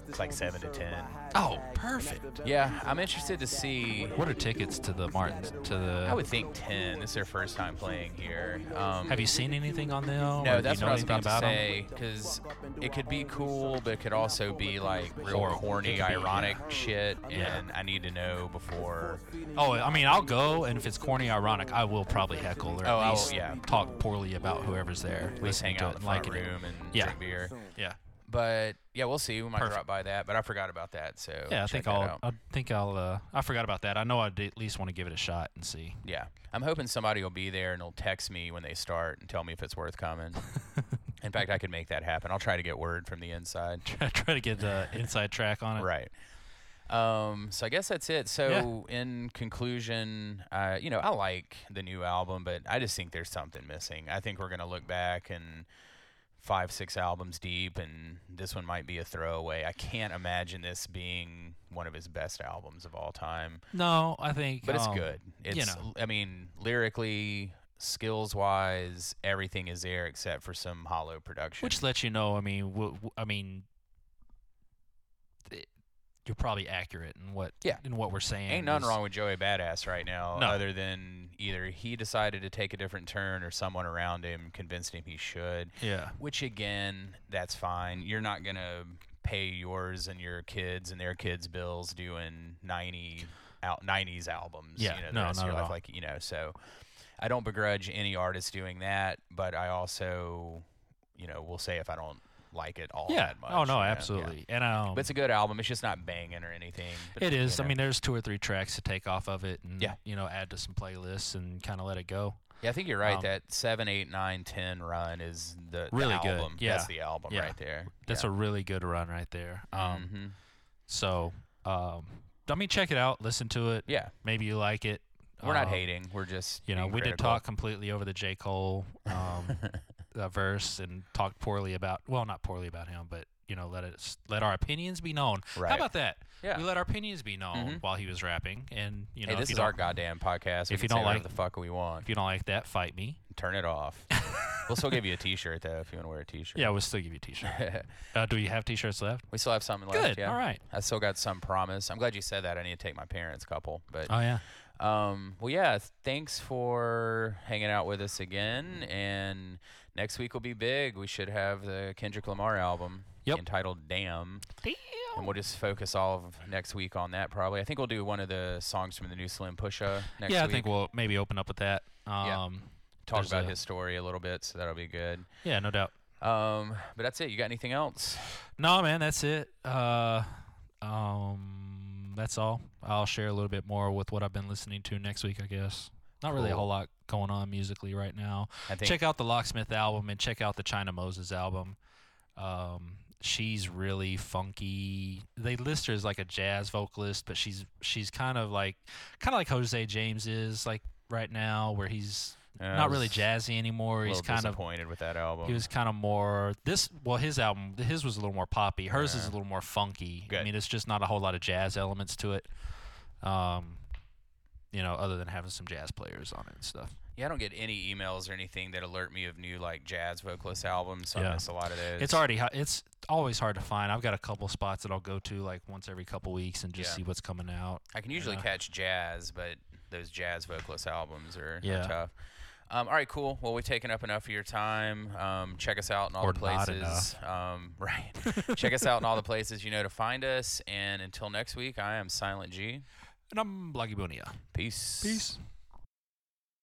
[SPEAKER 3] It's like seven to ten.
[SPEAKER 2] Oh, perfect.
[SPEAKER 3] Yeah, I'm interested to see.
[SPEAKER 2] What are tickets to the Martins? To
[SPEAKER 3] I would
[SPEAKER 2] the?
[SPEAKER 3] think ten. This is their first time playing here. Um,
[SPEAKER 2] Have you seen anything on them? or
[SPEAKER 3] No,
[SPEAKER 2] do
[SPEAKER 3] that's
[SPEAKER 2] you know
[SPEAKER 3] what I was
[SPEAKER 2] anything
[SPEAKER 3] about, to
[SPEAKER 2] them?
[SPEAKER 3] say. Because it could be cool, but it could also be like real
[SPEAKER 2] Horrible. It
[SPEAKER 3] corny,
[SPEAKER 2] could be,
[SPEAKER 3] ironic shit.
[SPEAKER 2] Yeah.
[SPEAKER 3] And I need to know before.
[SPEAKER 2] Oh, I mean, I'll go, and if it's corny, ironic, I will probably heckle or
[SPEAKER 3] Oh, I
[SPEAKER 2] at
[SPEAKER 3] will-
[SPEAKER 2] least
[SPEAKER 3] yeah.
[SPEAKER 2] talk poorly about whoever's there.
[SPEAKER 3] We just
[SPEAKER 2] listening
[SPEAKER 3] hang
[SPEAKER 2] to
[SPEAKER 3] out
[SPEAKER 2] it and
[SPEAKER 3] in the front
[SPEAKER 2] liking it.
[SPEAKER 3] room and
[SPEAKER 2] Yeah.
[SPEAKER 3] drink beer.
[SPEAKER 2] Yeah,
[SPEAKER 3] But yeah, we'll see. We might
[SPEAKER 2] Perfect.
[SPEAKER 3] drop by that. But I forgot about that. So
[SPEAKER 2] yeah. I
[SPEAKER 3] Oh, check
[SPEAKER 2] think
[SPEAKER 3] that
[SPEAKER 2] I'll.
[SPEAKER 3] out.
[SPEAKER 2] I think I'll. Uh, I forgot about that. I know I'd at least want to give it a shot and see.
[SPEAKER 3] Yeah. I'm hoping somebody will be there and they'll text me when they start and tell me if it's worth coming. In fact, I could make that happen. I'll try to get word from the inside.
[SPEAKER 2] Try to get the inside track on it.
[SPEAKER 3] right. Um, so I guess that's it. So in conclusion, uh, you know, I like the new album, but I just think there's something missing. I think we're gonna look back and five, six albums deep, and this one might be a throwaway. I can't imagine this being one of his best albums of all time.
[SPEAKER 2] No, I think.
[SPEAKER 3] But it's
[SPEAKER 2] um,
[SPEAKER 3] good. It's
[SPEAKER 2] know.
[SPEAKER 3] I mean, lyrically, skills wise, everything is there except for some hollow production.
[SPEAKER 2] Which lets you know, I mean, w- w- I mean, th- you're probably accurate in what
[SPEAKER 3] Yeah.
[SPEAKER 2] in what we're saying.
[SPEAKER 3] ain't nothing
[SPEAKER 2] is-
[SPEAKER 3] wrong with Joey Badass right now,
[SPEAKER 2] No.
[SPEAKER 3] other than either he decided to take a different turn or someone around him convinced him he should.
[SPEAKER 2] Yeah.
[SPEAKER 3] Which again, that's fine. You're not gonna pay yours and your kids and their kids' bills doing ninety out nineties albums.
[SPEAKER 2] Yeah,
[SPEAKER 3] you know, the
[SPEAKER 2] no,
[SPEAKER 3] rest of
[SPEAKER 2] not
[SPEAKER 3] your
[SPEAKER 2] at all.
[SPEAKER 3] life, like you know, so I don't begrudge any artist doing that, but I also, you know, will say if I don't like it all
[SPEAKER 2] Yeah.
[SPEAKER 3] that much.
[SPEAKER 2] Oh
[SPEAKER 3] you
[SPEAKER 2] no,
[SPEAKER 3] know, yeah.
[SPEAKER 2] absolutely. And um,
[SPEAKER 3] But it's a good album. It's just not banging or anything. But,
[SPEAKER 2] it
[SPEAKER 3] you
[SPEAKER 2] is. I
[SPEAKER 3] know.
[SPEAKER 2] mean, there's two or three tracks to take off of it, and
[SPEAKER 3] Yeah.
[SPEAKER 2] you know, add to some playlists and kind of let it go.
[SPEAKER 3] Yeah, I think you're right.
[SPEAKER 2] Um,
[SPEAKER 3] that seven, eight, nine, ten run is the the
[SPEAKER 2] Really good,
[SPEAKER 3] album.
[SPEAKER 2] yeah,
[SPEAKER 3] that's the album
[SPEAKER 2] yeah.
[SPEAKER 3] right there.
[SPEAKER 2] That's a really good run right there. Um,
[SPEAKER 3] Mm-hmm.
[SPEAKER 2] so um, I mean, check it out, listen to it.
[SPEAKER 3] yeah.
[SPEAKER 2] Maybe you like it.
[SPEAKER 3] We're not
[SPEAKER 2] Um,
[SPEAKER 3] hating. We're just
[SPEAKER 2] You know,
[SPEAKER 3] being
[SPEAKER 2] we did
[SPEAKER 3] critical.
[SPEAKER 2] talk completely over the J. Cole um, uh, verse and talked poorly about, well, not poorly about him, but you know, let us let our opinions be known.
[SPEAKER 3] Right.
[SPEAKER 2] How about that?
[SPEAKER 3] Yeah.
[SPEAKER 2] We let our opinions be known
[SPEAKER 3] Mhm.
[SPEAKER 2] while he was rapping, and you know,
[SPEAKER 3] Hey,
[SPEAKER 2] if
[SPEAKER 3] this
[SPEAKER 2] you
[SPEAKER 3] is our
[SPEAKER 2] don't-
[SPEAKER 3] goddamn podcast. We
[SPEAKER 2] if
[SPEAKER 3] can
[SPEAKER 2] you don't
[SPEAKER 3] say whatever
[SPEAKER 2] like-
[SPEAKER 3] the fuck we want,
[SPEAKER 2] If you don't like that, fight me.
[SPEAKER 3] turn it off. we'll still give you a T-shirt though if you want to wear a T-shirt.
[SPEAKER 2] Yeah, we'll still give you a T-shirt. uh, do you have T-shirts left?
[SPEAKER 3] We still have something left.
[SPEAKER 2] Good,
[SPEAKER 3] Yeah.
[SPEAKER 2] all right.
[SPEAKER 3] I still got some promise. I'm glad you said that. I need to take my parents' couple, but
[SPEAKER 2] Oh yeah.
[SPEAKER 3] Um, well, yeah, th- thanks for hanging out with us again. And next week will be big. We should have the Kendrick Lamar album
[SPEAKER 2] Yep. Oh.
[SPEAKER 3] entitled Damn. And we'll just focus all of next week on that, probably. I think we'll do one of the songs from the new Slim Pusha next
[SPEAKER 2] yeah,
[SPEAKER 3] week.
[SPEAKER 2] I think we'll maybe open up with that. Um,
[SPEAKER 3] Yeah. talk
[SPEAKER 2] there's
[SPEAKER 3] about
[SPEAKER 2] a-
[SPEAKER 3] his story a little bit, so that'll be good.
[SPEAKER 2] Yeah, no doubt.
[SPEAKER 3] Um, but that's it. You got anything else?
[SPEAKER 2] No, man, that's it. Uh, um, that's all. I'll share a little bit more with what I've been listening to next week, I guess. Not really a
[SPEAKER 3] Cool.
[SPEAKER 2] whole lot going on musically right now.
[SPEAKER 3] I think
[SPEAKER 2] Check out the Locksmith album and check out the China Moses album. Um, she's really funky. They list her as like a jazz vocalist, but she's she's kind of like kind of like Jose James is like right now, where he's
[SPEAKER 3] Yeah, I
[SPEAKER 2] not really
[SPEAKER 3] was
[SPEAKER 2] jazzy anymore.
[SPEAKER 3] a
[SPEAKER 2] He's
[SPEAKER 3] little
[SPEAKER 2] kind of
[SPEAKER 3] disappointed with that album.
[SPEAKER 2] he was kind of more this. Well, his album, his was a little more poppy. Hers is
[SPEAKER 3] Yeah.
[SPEAKER 2] a little more funky. I
[SPEAKER 3] Good.
[SPEAKER 2] mean, it's just not a whole lot of jazz elements to it. Um, you know, other than having some jazz players on it and stuff.
[SPEAKER 3] Yeah, I don't get any emails or anything that alert me of new like jazz vocalist albums. So
[SPEAKER 2] Yeah.
[SPEAKER 3] I miss a lot of those.
[SPEAKER 2] It's already hi- it's always hard to find. I've got a couple spots that I'll go to like once every couple weeks and just
[SPEAKER 3] Yeah.
[SPEAKER 2] see what's coming out.
[SPEAKER 3] I can usually
[SPEAKER 2] Yeah.
[SPEAKER 3] catch jazz, but those jazz vocalist albums are, are
[SPEAKER 2] Yeah.
[SPEAKER 3] tough. Um, all right, cool. Well, we've taken up enough of your time. Um, check us out in all
[SPEAKER 2] Or
[SPEAKER 3] the
[SPEAKER 2] not
[SPEAKER 3] places. Um, right. check us out in all the places you know to find us. And until next week, I am Silent G.
[SPEAKER 2] And I'm Bloggy Bonia.
[SPEAKER 3] Peace.
[SPEAKER 2] Peace.